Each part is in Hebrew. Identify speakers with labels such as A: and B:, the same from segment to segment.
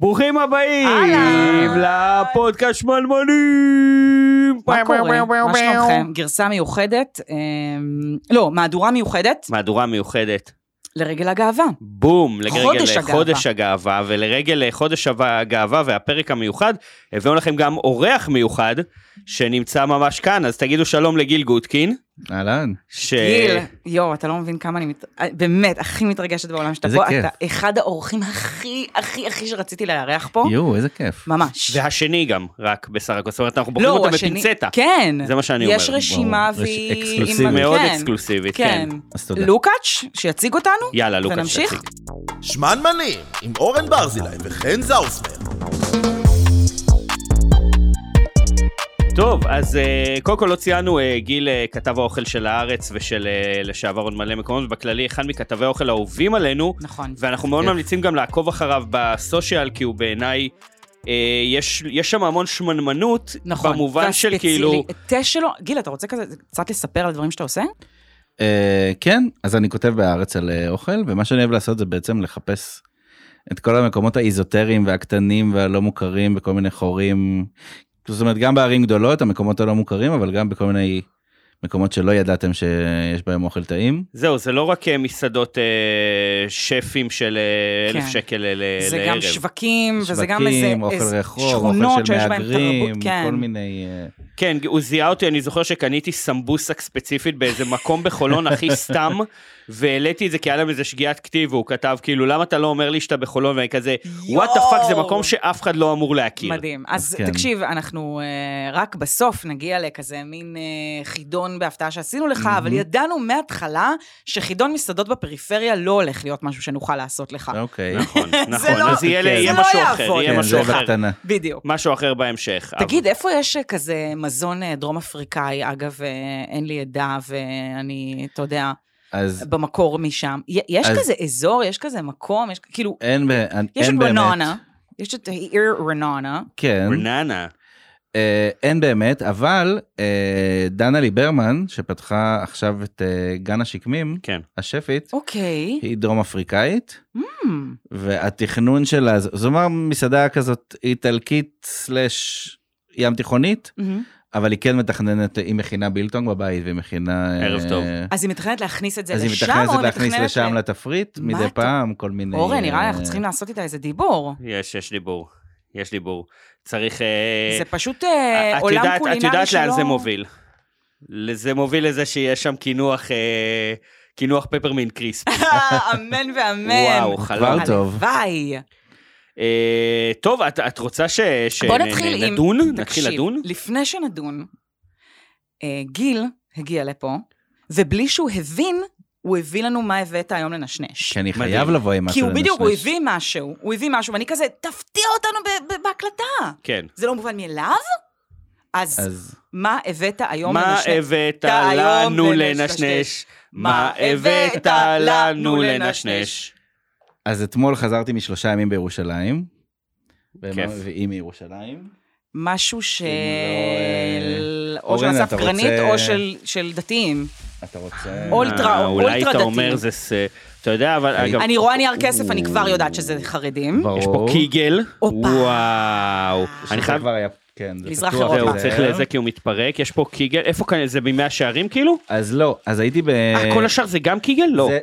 A: ברוכים הבאים
B: אהלן.
A: לפודקאסט שמלמנים.
B: מה קורה? אה? מה שלומכם? גרסה מיוחדת, אמ, לא, מהדורה מיוחדת
A: מהדורה מיוחדת.
B: לרגל הגאווה.
A: בום,
B: חודש
A: לרגל
B: הגאווה.
A: חודש הגאווה, ולרגל חודש הגאווה והפרק המיוחד, הבאנו לכם גם אורח מיוחד, שנמצא ממש כאן, אז תגידו שלום לגיל גוטקין.
C: אהלן.
A: ש...
B: גיל, יואו, אתה לא מבין כמה אני מת- באמת הכי מתרגשת בעולם שאתה
C: איזה
B: פה.
C: כיף.
B: אתה אחד האורחים הכי הכי הכי שרציתי לארח פה.
C: יואו, איזה כיף.
B: ממש.
A: והשני גם, רק בסך הכל, זאת אומרת, אנחנו
B: לא,
A: בוחרים
B: הוא
A: אותם
B: השני-
A: בפינצטה.
B: כן.
A: זה מה שאני
B: יש
A: אומר.
B: רשימה
C: וואו,
B: והיא...
C: רש-
B: עם-
C: אקסקלוסיבית.
A: מאוד
B: כן,
A: אקסקלוסיבית,
B: כן.
A: כן.
C: אז תודה.
B: לוקאץ', שיציג אותנו.
A: יאללה, לוקאץ',
B: ונמשיך?
A: תציג.
D: שמנמנים, עם אורן ברזילי וחן זאוסמן.
A: טוב, אז אה, קודם כל לא ציינו, אה, גיל אה, כתב האוכל של הארץ ושל אה, לשעבר עוד מלא מקומות, ובכללי אחד מכתבי האוכל האהובים עלינו,
B: נכון.
A: ואנחנו מאוד
C: כיף.
A: ממליצים גם לעקוב אחריו בסושיאל, כי הוא בעיניי, אה, יש יש שם המון שמנמנות,
B: נכון.
A: במובן של
B: והספצילי-
A: כאילו,
B: תה שלו, גיל, אתה רוצה כזה קצת לספר על הדברים שאתה עושה?
C: אה, כן, אז אני כותב בהארץ על אה, אוכל, ומה שאני אוהב לעשות זה בעצם לחפש את כל המקומות האיזוטריים והקטנים והלא מוכרים בכל מיני חורים. זאת אומרת, גם בערים גדולות, המקומות הלא מוכרים, אבל גם בכל מיני מקומות שלא ידעתם שיש בהם אוכל טעים.
A: זהו, זה לא רק אה, מסעדות אה, שפים של אה,
B: כן.
A: אלף שקל ל- לערב.
B: זה גם שווקים, וזה גם איזה
C: שווקים, אוכל
B: איזה
C: רחוב,
B: שכונות
C: אוכל של
B: שיש בהם
C: מהגרים,
B: תרבות, כן.
C: כל מיני... אה,
A: כן, הוא זיהה אותי, אני זוכר שקניתי סמבוסק ספציפית באיזה מקום בחולון הכי סתם, והעליתי את זה כי היה להם איזה שגיאת כתיב, והוא כתב כאילו, למה אתה לא אומר לי שאתה בחולון? ואני כזה, וואט דה פאק, זה
B: יואו.
A: מקום שאף אחד לא אמור להכיר.
B: מדהים. כאילו. אז
C: כן.
B: תקשיב, אנחנו אה, רק בסוף נגיע לכזה מין אה, חידון בהפתעה שעשינו לך, אבל ידענו מההתחלה שחידון מסעדות בפריפריה לא הולך להיות משהו שנוכל לעשות לך.
C: אוקיי.
A: נכון,
B: זה
A: נכון,
B: לא-
A: אז יהיה
C: זה
A: יהיה
B: לא
A: משהו אחר,
B: יעבוד.
A: יהיה
C: כן,
A: משהו
C: זה
A: אחר.
C: בקטנה.
B: בדיוק.
A: משהו אחר בהמשך. אבל-
B: תגיד, איפה יש אה, כזה מזון אה, דרום אפריקאי, אגב, אה, אין לי עדה ואני, אתה יודע,
C: אז
B: במקור משם, י- יש
C: אז-
B: כזה אזור, יש כזה מקום, יש כאילו,
C: אין ב-
B: יש את
C: אין באמת.
B: רננה, יש את העיר רננה,
C: כן.
A: בננה.
C: אה, אין באמת, אבל אה, דנה ליברמן, שפתחה עכשיו את אה, גן השקמים,
A: כן.
C: השפית,
B: אוקיי.
C: היא דרום אפריקאית,
B: Hmm.
C: והתכנון שלה, ז- זו אומר מסעדה כזאת איטלקית סלאש ים תיכונית,
B: מהמם.
C: אבל היא כן מתכננת, היא מכינה בילטונג בבית, והיא מכינה...
A: ערב
C: אה,
A: טוב.
B: אז היא מתכננת להכניס את זה
C: אז היא
B: לשם,
C: מתכננת
B: או היא
C: להכניס
B: מתכננת...
C: לשם
B: ל-
C: לתפריט
B: מה
C: מדי
B: אתה-
C: פעם, כל מיני...
B: אורן, נראה לי
C: אה,
B: אנחנו צריכים לעשות איתה איזה דיבור.
A: יש, יש דיבור. יש דיבור. צריך... אה,
B: זה פשוט אה,
A: את
B: עולם
A: יודעת-
B: קולינרי
A: את יודעת לאן
B: שלא-
A: זה מוביל. זה מוביל לזה שיש שם קינוח, אה, קינוח פפרמינט קריספ.
B: אמן ואמן.
A: וואו, חלום.
C: כבר טוב.
B: הלוואי.
A: אה, טוב, את, את רוצה ש...
B: בוא נתחיל עם...
A: נדון? נתחיל
B: תקשיב,
A: לדון?
B: לפני שנדון, אה, גיל הגיע לפה, ובלי שהוא הבין, הוא הביא לנו מה הבאת היום לנשנש.
C: כי אני
A: מדהים.
C: אה, חייב לבוא עם משהו
B: כי הוא בדיוק, הוא
C: כן, לנשנש.
B: הביא משהו, הוא הביא משהו, ואני כזה, תפתיע אותנו ב- ב- בהקלטה.
A: כן.
B: זה לא מובן מאליו? אז
C: אז
B: מה הבאת היום
A: מה
B: לנשנש?
A: הבאת
B: היום
A: לנו
B: לנשנש?
A: לנשנש? מה הבאת לנו לנשנש?
C: אז אתמול חזרתי משלושה ימים בירושלים.
A: כיף.
C: כיף. והיא מירושלים.
B: משהו של...
C: אה,
B: או של
C: אורן, אתה
B: הספרנית
C: רוצה-
B: או של- של דתיים.
C: אתה רוצה...
B: אולטרה-
A: אה, אולי
B: אולטרה
A: אתה
B: דתי.
A: אומר זה... ס- אתה יודע, אבל אגב,
B: אני רואה נייר כסף, אני כבר יודעת שזה חרדים.
C: ברור.
A: יש פה קיגל.
B: הופה.
A: וואו.
C: שזה
A: אני חייב...
C: כבר היה... כן, זה
B: מזרח
C: פתוח. אה,
B: אירופה.
A: זהו,
B: להיזהר.
A: צריך לזה כי הוא מתפרק. יש פה קיגל. איפה כאן? זה בימי השערים כאילו?
C: אז לא, אז הייתי ב...
A: אה, כל השאר זה גם קיגל? לא.
C: זה-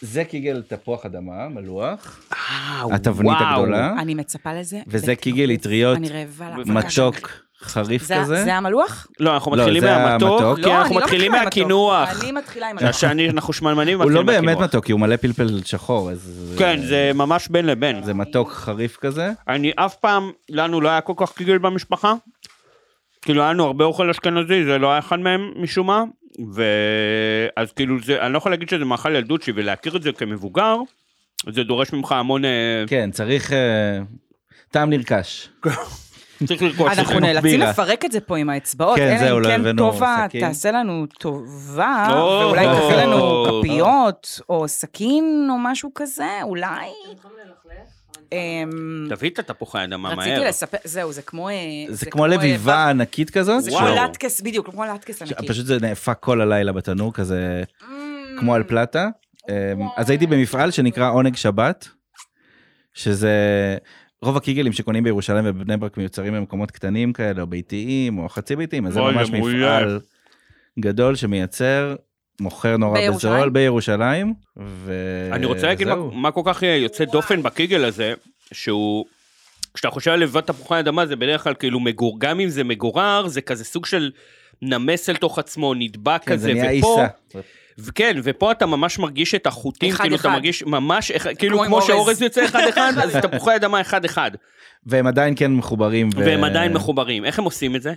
C: זה קיגל תפוח אדמה, מלוח,
A: וואו,
C: התבנית
A: אה, וואו.
C: הגדולה,
B: אני מצפה לזה.
C: וזה
B: בטירוף.
C: קיגל אטריות,
B: אני רעבה לה.
C: מתוק, חריף
B: זה-
C: כזה.
B: זה המלוח?
A: לא, אנחנו
C: לא,
A: מתחילים
C: זה
A: מהמתוק,
C: המתוק.
A: כי
B: לא,
A: אנחנו
B: אני לא
A: מתחילים
B: מתחילה עם מתוק.
A: מהקינוח.
B: אני מתחילה עם המלוח.
A: שאנחנו שמנמנים
C: נכון. הוא לא
A: מתחילים
C: באמת
A: מהקינוח.
C: מתוק, כי הוא מלא פלפל שחור, אז...
A: כן, זה ממש בין לבין.
C: זה מתוק חריף כזה.
A: אני אף פעם, לנו לא היה כל כך קיגל במשפחה. כאילו היה לנו הרבה אוכל אשכנזי, זה לא היה אחד מהם משום מה. ואז כאילו זה, אני לא יכול להגיד שזה מאכל ילדות שלי, ולהכיר את זה כמבוגר, זה דורש ממך המון, אה,
C: כן, צריך... אה, טעם נרכש. כן.
A: צריך לרכוש את זה.
B: אנחנו נאלצים
C: מקבילה.
B: לפרק את זה פה עם האצבעות,
C: כן,
B: אלא
C: זהו,
B: אם
C: לא
B: כן
C: הבאנו לא.
B: טובה
C: סכין.
B: תעשה לנו טובה,
A: או.
B: ואולי תעשה לנו
A: או.
B: כפיות, או סכין, או משהו כזה, אולי. אמ,
A: תביא את התפוחי האדמה
B: רציתי
A: מהר.
B: לספר, זהו, זה כמו... אה,
C: זה כמו
B: אה,
C: לביבה ענקית כזאת.
B: זה
A: וואו.
B: כמו לטקס, בדיוק, כמו לטקס
C: ש-
B: ענקי.
C: פשוט זה נאפק כל הלילה בתנור כזה, כמו על פלטה. אמ, אז הייתי במפעל שנקרא עונג שבת, שזה רוב הקיגלים שקונים בירושלים ובבני ברק מיוצרים במקומות קטנים כאלה, או ביתיים, או חצי ביתיים, אז זה
A: אוי,
C: ממש
A: מעולה.
C: מפעל גדול שמייצר, מוכר נורא
B: בירושלים?
C: בזול בירושלים, וזהו.
A: אני רוצה להגיד מה, מה כל כך אה, יוצא דופן בקיגל הזה, שהוא... כשאתה חושב על לבד תפוחי אדמה זה בדרך כלל כאילו מגור, גם אם זה מגורר, זה כזה סוג של נמס אל תוך עצמו, נדבק
C: כן,
A: כזה,
C: זה נהיה
A: ופה,
C: עיסה.
A: וכן, ופה אתה ממש מרגיש את החוטים,
B: אחד
A: כאילו
B: אחד.
A: אתה מרגיש ממש, אחד-
B: כמו
A: כאילו
B: עם
A: כמו
B: אורז.
A: שאורז יוצא אחד אחד, אז תפוחי אדמה אחד אחד,
C: והם עדיין כן מחוברים. ו-
A: והם עדיין מחוברים. איך הם עושים את זה?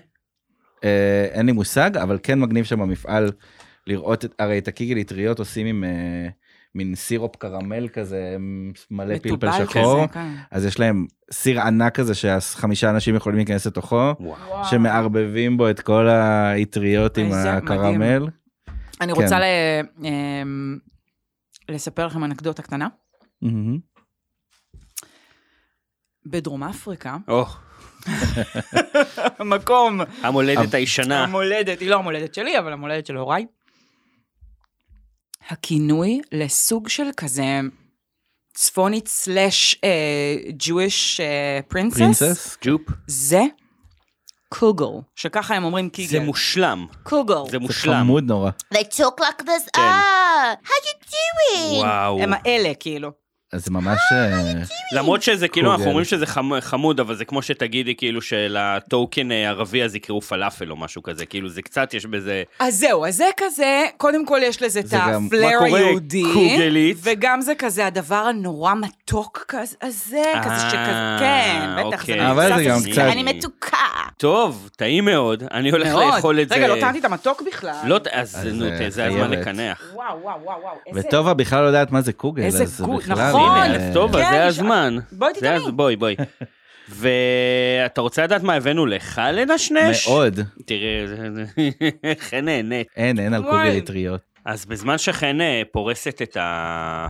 C: אה, אין לי מושג, אבל כן מגניב שם במפעל לראות, את- הרי את הקיגל אטריות עושים עם אה, מין סירופ קרמל כזה, מלא פלפל
B: מתובל
C: שחור.
B: כזה, כן.
C: אז יש להם סיר ענק כזה שהחמישה אנשים יכולים להיכנס לתוכו,
A: וואו.
B: וואו.
C: שמערבבים בו את כל האטריות עם
B: איזה
C: הקרמל.
B: אני
C: כן.
B: רוצה ל... אמ, לספר לכם אנקדוטה קטנה.
C: מהמם.
B: בדרום אפריקה,
A: או,
B: מקום
A: המולדת הישנה.
B: המולדת, היא לא המולדת שלי, אבל המולדת של הוריי. הכינוי לסוג של כזה צפונית סלאש אה, Jewish פרינסס,
C: פרינסס?
A: ג'ופ.
B: זה קוגל, שככה הם אומרים
A: זה
B: קיגל.
A: מושלם,
B: קוגל.
A: זה
C: זה
A: מושלם.
C: חמוד נורא.
E: They talk like this.
A: Then-
E: Ah, how you doing?
A: וואו.
B: הם האלה, כאילו.
C: אז זה ממש... אה,
A: למרות שזה כאילו,
C: קוגל.
A: אנחנו אומרים שזה חמ- חמוד, אבל זה כמו שתגידי כאילו שלטוקן אה, ערבי אז יקראו פלאפל או משהו כזה, כאילו זה קצת יש בזה,
B: אז זהו, אז זה כזה, קודם כל יש לזה את
C: זה גם-
B: הפלר
A: מה קורה,
B: היהודי.
A: קוגלית?
B: וגם זה כזה הדבר הנורא מתוק כזה, הזה, כזה שכזה,
A: אה,
B: כן, בטח, זה
A: אוקיי.
C: אבל זה גם
B: מבוסס-
C: קצת-
E: אני מתוקה.
A: טוב, טעים מאוד, אני הולך
B: מאוד.
A: לאכול את זה.
B: רגע, לא טעמתי את המתוק בכלל.
A: לא, ט- אז
C: אז,
A: נו,
C: אה,
A: זה הזמן
C: חייבת.
A: לקנח.
B: וואו, וואו, וואו, וואו, איזה...
C: וטובה בכלל לא יודעת מה זה קוגל,
B: איזה
C: אז זה
B: גוד,
C: בכלל...
B: נכון.
C: אה,
A: הנה, אז טוב, אז
B: כן,
A: זה
B: נשאר-
A: הזמן.
B: בואי
A: זה
B: תטעמי.
A: הז- בואי, בואי. ואתה רוצה לדעת מה הבאנו לך לנשנש?
C: מאוד.
A: תראה, זה- חן נהנית.
C: אין, אין על
B: וואי.
C: קוגל אטריות.
A: אז בזמן שחן אה, פורסת את ה...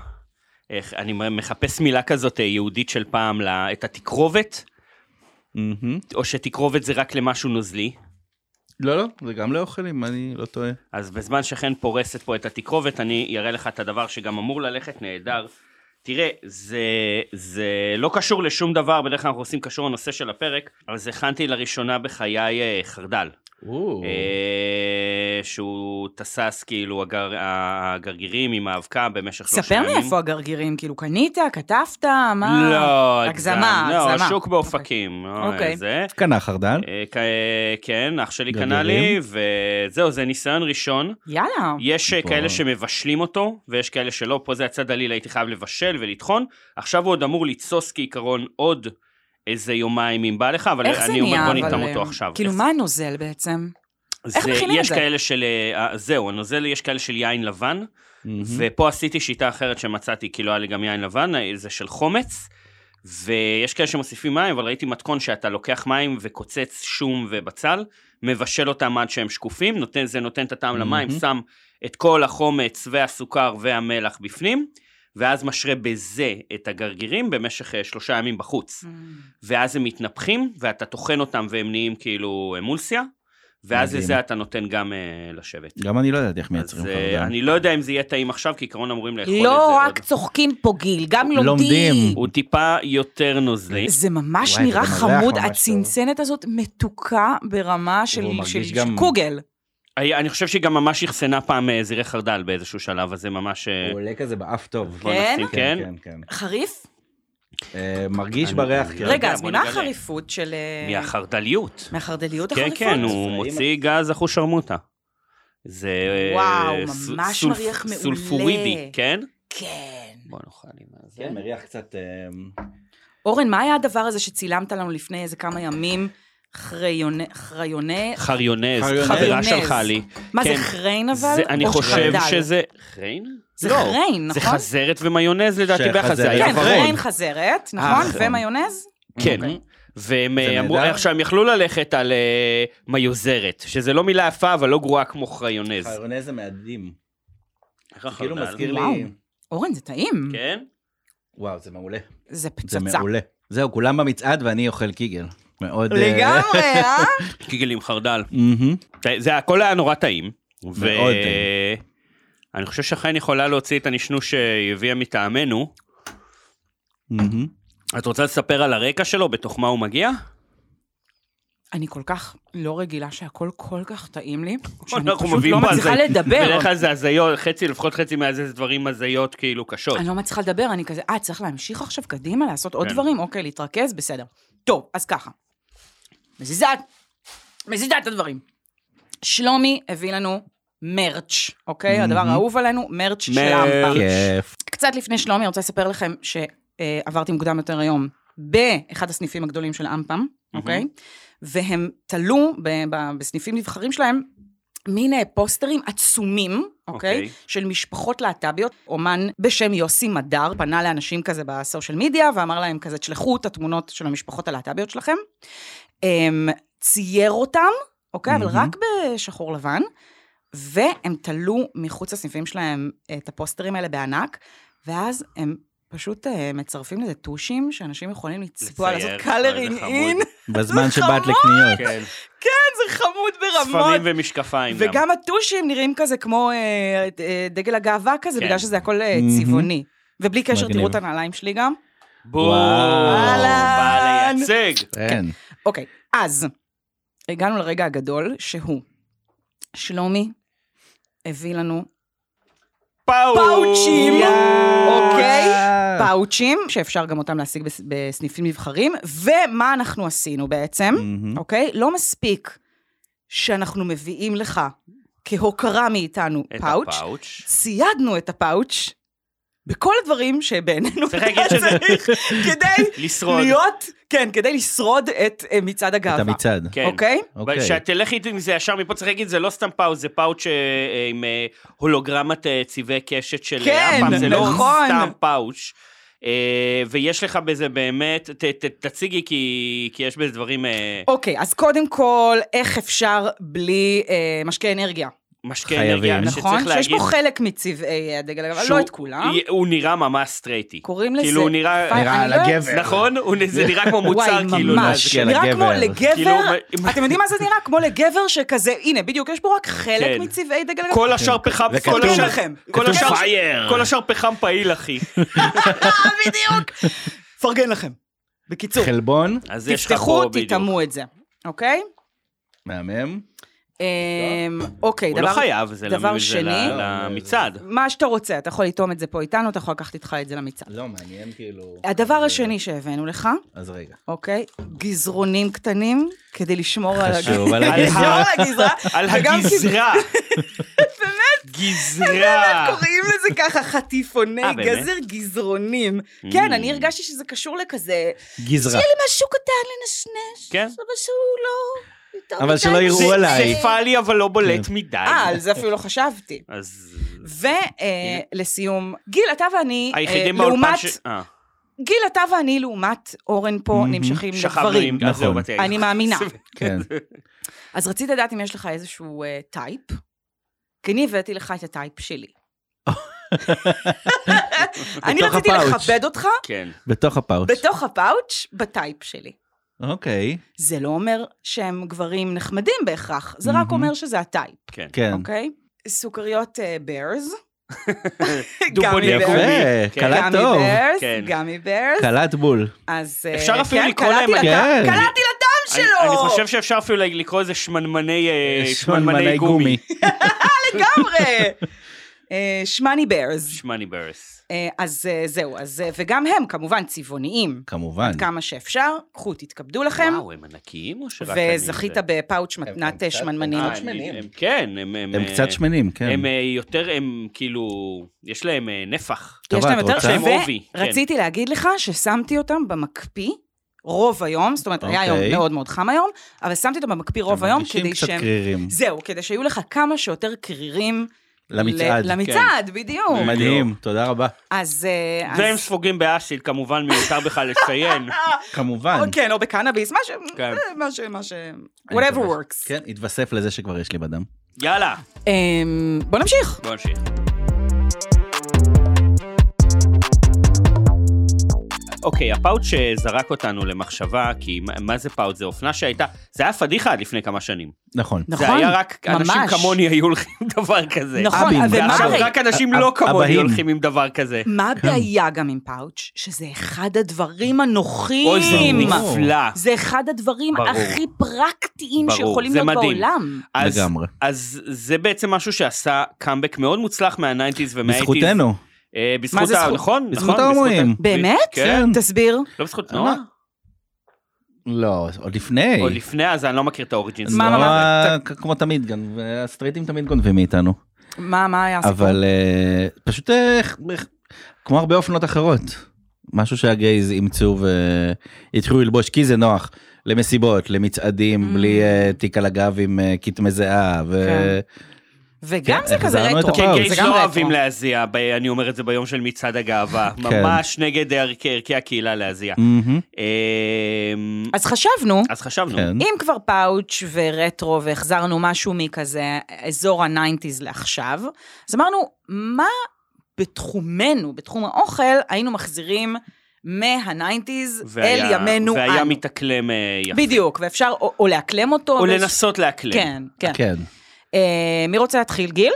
A: איך, אני מחפש מילה כזאת אה, יהודית של פעם, ל- את התקרובת,
C: מהמם.
A: או שתקרובת זה רק למשהו נוזלי.
C: לא, לא, זה גם לאוכל אם אני לא טועה.
A: אז בזמן שחן פורסת פה את התקרובת, אני אראה לך את הדבר שגם אמור ללכת נהדר. תראה, זה, זה לא קשור לשום דבר, בדרך כלל אנחנו עושים קשור לנושא של הפרק, אבל אז הכנתי לראשונה בחיי אה, חרדל. אה, שהוא תסס כאילו הגר, הגרגירים עם האבקה במשך שלושה
B: ספר
A: ימים.
B: לי איפה הגרגירים, כאילו קנית, כתבת, מה?
A: לא,
B: הגזמה,
A: לא,
B: הגזמה.
A: השוק באופקים.
B: אוקיי.
A: אוקיי. זה.
C: קנה חרדל.
A: אה, כ- אה, כן, אח שלי קנה לי,
C: גלגלים.
A: וזהו, זה ניסיון ראשון.
B: יאללה.
A: יש אה,
C: בוא.
A: כאלה שמבשלים אותו, ויש כאלה שלא, פה זה יצא דליל, הייתי חייב לבשל ולטחון. עכשיו הוא עוד אמור לתסוס כעיקרון עוד איזה יומיים אם בא לך, אבל
B: איך זה
A: אני אומר
B: נהיה,
A: בוא
B: אבל...
A: נטעם
B: אה,
A: אותו עכשיו.
B: כאילו, מה הנוזל בעצם? איך מכינים את
A: יש
B: זה?
A: כאלה של, אה, זהו, הנוזל, יש כאלה של יין לבן,
C: מהמם.
A: ופה עשיתי שיטה אחרת שמצאתי, כי לא היה לי גם יין לבן, זה של חומץ, ויש כאלה שמוסיפים מים, אבל ראיתי מתכון שאתה לוקח מים וקוצץ שום ובצל, מבשל אותם עד שהם שקופים, נותן, זה נותן את הטעם למים,
C: מהמם.
A: שם את כל החומץ והסוכר והמלח בפנים, ואז משרה בזה את הגרגירים במשך אה, שלושה ימים בחוץ. ואז הם מתנפחים, ואתה טוחן אותם והם נהיים כאילו אמולסיה, ואז
C: מדהים.
A: לזה אתה נותן גם אה, לשבת.
C: גם אני לא יודעת איך מייצרים
A: אז אה,
C: חרדל.
A: אני לא יודע אם זה יהיה טעים עכשיו, כי עיקרון אמורים לאכול את זה
B: לא רק
A: עוד.
B: צוחקים פה גיל, גם
C: לומדים.
B: לומדים.
A: הוא טיפה יותר נוזלי.
B: זה ממש
C: וואי, זה
B: נראה
C: גם ריח
B: חמוד,
C: ממש טוב.
B: הצנצנת הזאת מתוקה ברמה של
C: והוא
B: של-
C: מרגיש
B: של
C: גם-
B: קוגל.
A: היה- אני חושב שהיא גם ממש אחסנה פעם אה, זירי חרדל באיזשהו שלב, אז זה ממש... אה,
C: הוא עולה כזה באף טוב.
A: בוא
B: כן?
A: נשים, כן?
C: כן, כן.
B: חריף?
C: אה, מרגיש
A: אני-
C: בריח,
A: אני-
C: כן.
A: יודע,
B: רגע, אז
A: בוא
B: ממה
A: נגלה.
B: החריפות של... אה,
A: מהחרדליות.
B: מהחרדליות
A: כן,
B: החריפות?
A: כן, הוא
C: צבעים.
A: מוציא גז אחושרמוטה. זה... אה,
B: וואו,
A: ס-
B: ממש
A: סולפ-
B: מריח מעולה.
A: סולפורידי, כן?
B: כן.
A: בוא נאכל עם זה.
C: כן, מריח קצת... אה,
B: אורן, מה היה הדבר הזה שצילמת לנו לפני איזה כמה ימים? חריונה... חריונה...
A: חריונז,
C: חריונז.
A: חברה
B: חריונז.
A: שלך לי.
B: מה זה,
A: כן.
B: חריין אבל?
A: זה- אני
B: או
A: חושב
B: חרדל?
A: שזה... חריין?
B: זה
A: לא,
B: חריין,
A: זה
B: נכון?
A: חזרת ומיונז לדעתי
C: שחזרת-
A: ביחד, זה אה, היה
B: כן,
C: ורוד.
B: חריין חזרת, נכון?
C: נכון.
B: ומיונז?
A: כן.
C: אוקיי.
A: והם
C: זה
A: אה, אמרו
C: נהדר.
A: איך שהם יכלו ללכת על אה, מיוזרת, שזה לא מילה יפה, אבל לא גרועה כמו חריונז.
C: חרונז זה מאדים.
A: איך החרדל?
C: כאילו מזכיר
B: וואו.
C: לי...
B: אורן, זה טעים.
A: כן?
C: וואו, זה מעולה.
B: זה
C: זה
B: פצצה.
C: מעולה. זהו, כולם במצעד ואני אוכל קיגל. מאוד... אה,
B: לגמרי, אה?
A: קיגל עם חרדל.
C: מהמם.
A: זה- זה הכל היה נורא טעים. ו-
C: מאוד טעים.
A: אני אה, חושב שחן יכולה להוציא את הנשנוש שהיא הביאה מטעמנו,
C: מהמם.
A: את רוצה לספר על הרקע שלו, בתוך מה הוא מגיע?
B: אני כל כך לא רגילה שהכל כל כך טעים לי, שאני
A: אנחנו
B: פשוט
A: מביאים
B: לא
A: פה
B: מצליחה
A: הזיות.
B: לדבר.
A: בדרך כלל זה הזיות, חצי, לפחות חצי מהזה זה דברים הזיות כאילו קשות.
B: אני לא מצליחה לדבר, אני כזה, אה, צריך להמשיך עכשיו קדימה, לעשות עוד
A: כן.
B: דברים? אוקיי, להתרכז, בסדר. טוב, אז ככה. מזיזה, מזיזה את הדברים. שלומי הביא לנו מרץ', אוקיי? הדבר האהוב עלינו, מרץ' של
A: מרץ'.
B: האמפה.
C: כיף.
B: קצת לפני שלומי, אני רוצה לספר לכם שעברתי מוקדם יותר היום באחד הסניפים הגדולים של אמפם, אוקיי? והם תלו ב- ב- בסניפים נבחרים שלהם מין אה, פוסטרים עצומים, אוקיי?
A: אוקיי.
B: של משפחות להט"ביות. אומן בשם יוסי מדר פנה לאנשים כזה בסושיאל מדיה ואמר להם כזה, תשלחו את התמונות של המשפחות הלהט"ביות שלכם. הם צייר אותם, אוקיי? אבל רק בשחור לבן. והם תלו מחוץ לסניפים שלהם את הפוסטרים האלה בענק, ואז הם פשוט אה, מצרפים לזה טושים, שאנשים יכולים לצבוע,
A: לצייר,
B: לעשות
A: וואי, זה
B: קלרינג
A: חמוד.
B: אין.
C: בזמן
B: זה
C: שבאת
B: חמוד!
C: לקניות.
A: כן,
B: זה חמוד ברמות.
A: ספרים ומשקפיים גם.
B: וגם הטושים נראים כזה כמו אה, אה, דגל הגאווה כזה,
A: כן.
B: בגלל שזה הכל אה,
C: מהמם.
B: צבעוני. ובלי קשר,
C: מגניב.
B: תראו את הנעליים שלי גם.
A: בואו,
C: אהלן.
A: בא לייצג.
C: כן.
B: אוקיי, אז הגענו לרגע הגדול, שהוא שלומי הביא לנו
A: פאוץ'.
B: פאוצ'ים, אוקיי?
C: אה.
B: פאוצ'ים, שאפשר גם אותם להשיג בס- בסניפים נבחרים, ומה אנחנו עשינו בעצם,
A: Mm-hmm.
C: מהמם.
B: אוקיי? לא מספיק שאנחנו מביאים לך כהוקרה מאיתנו
A: את
B: פאוץ',
A: הפאוץ'.
B: ציידנו את הפאוץ' בכל הדברים שבעינינו
A: צריך להגיד שזה-
B: צריך כדי
A: לשרוד.
B: להיות, כן, כדי לשרוד את אה, מצעד
C: את
B: הגאווה,
C: המצעד.
A: כן.
B: אוקיי?
C: אוקיי.
A: כשאת תלך עם זה ישר מפה, צריך להגיד, זה לא סתם פאוץ', זה פאוץ' אה, אה, עם אה, הולוגרמת אה, צבעי קשת של
B: כן,
A: אה, הפעם, זה לא
B: נכון.
A: סתם פאוץ'. אה, ויש לך בזה באמת, ת- ת- תציגי כי כי יש בזה דברים, אה,
B: אוקיי, אז קודם כל, איך אפשר בלי אה, משקה אנרגיה?
A: משקה
C: חייבים.
A: אנרגיה,
B: נכון?
A: שצריך
B: שיש
A: להגיד,
B: פה חלק מצבעי הדגל, אבל
A: שהוא-
B: לא את כולם.
A: י- הוא נראה ממש סטרייטי.
B: קוראים לזה...
A: כאילו הוא נראה,
B: פי-
C: נראה
B: אני לא-
C: לגבר.
A: נכון? הוא נ- זה נראה כמו מוצר,
B: וואי,
A: כאילו,
B: ממש,
A: לזה.
C: להשקיע
B: נראה
C: לגבר.
B: כמו
A: כאילו,
B: לגבר,
A: מ-
B: אתם יודעים מה זה נראה? כמו לגבר שכזה, הנה, בדיוק, יש פה רק חלק
A: כן.
B: מצבעי דגל הגבר.
A: כל השאר פחם,
C: כן. זה
A: כל
C: כתוב.
A: השאר,
B: לכם.
A: כל
C: כתוב
A: השאר,
C: fire.
A: כל השאר פחם פעיל, אחי.
B: בדיוק. פרגן לכם. בקיצור,
C: חלבון.
A: אז יש לך
B: תפתחו,
A: פה בדיוק.
B: תטעמו את זה, אוקיי?
C: מהמם.
B: אמ, אוקיי,
A: הוא לא
B: דבר...
A: חייב, זה
B: דבר
A: למ- זה
B: שני-
A: ל- למצעד.
B: מה שאתה רוצה, אתה יכול לטעום את זה פה איתנו, אתה יכול לקחת איתך את זה למצעד.
C: לא, מעניין כאילו...
B: הדבר השני שהבאנו לך,
C: אז רגע.
B: אוקיי? גזרונים קטנים, כדי לשמור על
C: חשוב על
A: הגזרה.
B: לשמור על הגזרה.
A: על
B: וגם
A: הגזרה. באמת? גזרה.
B: לא, קוראים לזה ככה חטיפוני
A: אה, באמת? Mm.
B: גזר גזרונים. כן, אני הרגשתי שזה קשור לכזה,
C: גזרה.
B: אה,
E: משהו קטן לנשנש,
A: כן.
E: זה משהו לא... יותר
C: אבל
E: מדי
C: שלא יראו
E: זה-
C: עליי. כן.
E: זה-
A: חיפה לי, אבל לא בולט מדי.
B: אה, על זה אפילו לא חשבתי.
A: אז...
B: ולסיום, גיל, אתה ואני, אה,
A: היחידים באולפן
B: לעומת,
A: ש... אה,
B: גיל, אתה ואני, לעומת אורן פה,
C: מהמם.
B: נמשכים
A: שכבנו
B: לגברים.
A: עם... אז זהו,
C: נכון.
A: באתי
B: אני מאמינה.
C: כן.
B: אז רציתי לדעת אם יש לך איזשהו אה, טייפ, כי אני הבאתי לך את הטייפ שלי. אני
C: בתוך
B: רציתי
C: הפאוץ'.
B: לכבד אותך
A: כן.
C: בתוך הפאוץ'.
B: בתוך הפאוץ', בטייפ שלי.
C: אוקיי.
B: זה לא אומר שהם גברים נחמדים בהכרח, זה רק
C: מהמם.
B: אומר שזה הטייפ,
A: כן.
C: כן.
B: אוקיי? סוכריות אה, ברז.
A: דובוני
C: יפה.
A: כן.
C: קלט
B: גמי
C: טוב.
B: ברז,
A: כן.
B: גמי ברז.
C: קלט בול.
B: אז אה,
A: אפשר אפילו
B: כן,
A: לקרוא
B: קלעתי
A: להם-
B: לדם-
C: כן.
B: קלעתי לדם
A: אני-
B: שלו!
A: אני חושב שאפשר אפילו לקרוא איזה שמנמני אה, שמנמני גומי.
B: לגמרי! אה, שמני ברז.
A: שמני ברס.
B: אה, אז אה, זהו, אז, אה, וגם הם כמובן צבעוניים,
C: כמובן.
B: כמה שאפשר, קחו, תתכבדו לכם,
A: וואו, הם ענקיים או שרק אני...
B: וזכית
A: זה?
B: בפאוץ' מתנת
C: הם
B: אה,
C: קצת-
B: שמנמנים.
A: אה,
C: הם
A: הם-
C: שמנים.
A: הם- כן, הם...
C: הם
A: אה,
C: קצת שמנים, כן.
A: הם אה, יותר, הם כאילו... יש להם אה, נפח.
C: טוב,
B: יש להם
C: את
B: יותר,
C: רוצה?
A: יש להם עובי, כן.
B: ורציתי להגיד לך ששמתי אותם במקפיא. רוב היום, זאת אומרת, היה יום
C: אוקיי.
B: מאוד מאוד חם היום, אבל שמתי אותם במקפיא רוב
C: אתם
B: היום
C: מרגישים
B: כדי
C: קצת
B: שהם...
C: קרירים.
B: זהו, כדי שיהיו לך כמה שיותר קרירים.
C: למצעד.
A: כן.
C: כן.
B: ל- למצעד, בדיוק.
A: מד-
C: מדהים, תודה רבה.
B: אז... אה,
A: והם
B: אז-
A: ספוגים באסיד, כמובן מיותר בכלל לציין.
C: כמובן.
B: או כן, או בקנאביס, מה ש... אה,
A: כן.
B: מה ש... מה ש...
C: אני
B: whatever
C: מקווה ש-
B: works.
C: כן, התווסף לזה שכבר יש לי בדם.
A: יאללה,
B: אמ, בוא נמשיך.
A: בוא נמשיך. אוקיי, הפאוט שזרק אותנו למחשבה, כי מה- מה זה פאוט? זה אופנה שהייתה, זה היה פדיחה עד לפני כמה שנים.
C: נכון.
B: נכון,
A: זה היה רק, אנשים
B: ממש.
A: כמוני היו הולכים עם דבר כזה.
B: נכון,
C: אבין.
B: אבל מה
A: ועכשיו
B: הרי-
A: רק אנשים
C: אב-
A: לא כמוני
C: אבהים.
A: הולכים עם דבר כזה.
B: מה
C: כן.
B: הבעיה גם עם פאוץ'? שזה אחד הדברים הנוחים.
A: אוי, זה נפלא.
B: זה אחד הדברים
A: ברור.
B: הכי פרקטיים
A: ברור,
B: שיכולים
A: זה
B: להיות
A: מדהים.
B: בעולם.
A: אז-
C: לגמרי.
A: אז זה בעצם משהו שעשה קאמבק מאוד מוצלח מהניינטיז ומהאייטיז.
C: בזכותנו.
A: אה,
B: מה
A: בזכות
B: זה
A: ה...
B: זכות?
A: נכון,
C: בזכות
A: נכון,
C: ההומואים.
A: ה-
B: באמת?
A: כן.
B: תסביר.
A: לא בזכות
C: לא.
A: נועה.
C: לא, עוד לפני.
A: או לפני אז אני לא מכיר את האוריג'ינס.
C: אז
B: מה,
C: לא,
B: מה,
C: ה- כ- כמו תמיד, גם, אה, הסטרייטים תמיד גונבים מאיתנו.
B: מה, מה היה הסיפור?
C: אבל אה, פשוט אה, איך- איך- כמו הרבה אופנות אחרות. משהו שהגייז אימצו והתחילו ללבוש כי זה נוח למסיבות, למצעדים,
B: Mm.
C: בלי אה, תיק על הגב עם אה, כתמי זיעה. ו-
B: כן. וגם
C: כן,
B: זה כזה
C: החזרנו את
B: רטרו.
A: כן,
C: וואו,
A: גייז
B: זה גם
A: לא
B: רטרו.
A: אוהבים להזיע, ב- אני אומר את זה ביום של מצעד הגאווה.
C: כן.
A: ממש נגד ערכי ערכי הקהילה להזיע.
C: מהמם.
A: אמ,
B: אז חשבנו,
A: אז חשבנו.
C: כן.
B: אם כבר פאוץ' ורטרו והחזרנו משהו מכזה אזור הניינטיז לעכשיו, אז אמרנו, מה בתחומנו, בתחום האוכל, היינו מחזירים מהניינטיז
A: והיה-
B: אל ימינו
A: והיה
B: אנו.
A: מתאקלם אה, יפה.
B: בדיוק, ואפשר או, או לאקלם אותו.
A: או אוקיי.
B: באיזשהו-
A: לנסות לאקלם.
B: כן, כן.
C: כן.
B: אה, מי רוצה להתחיל? גיל?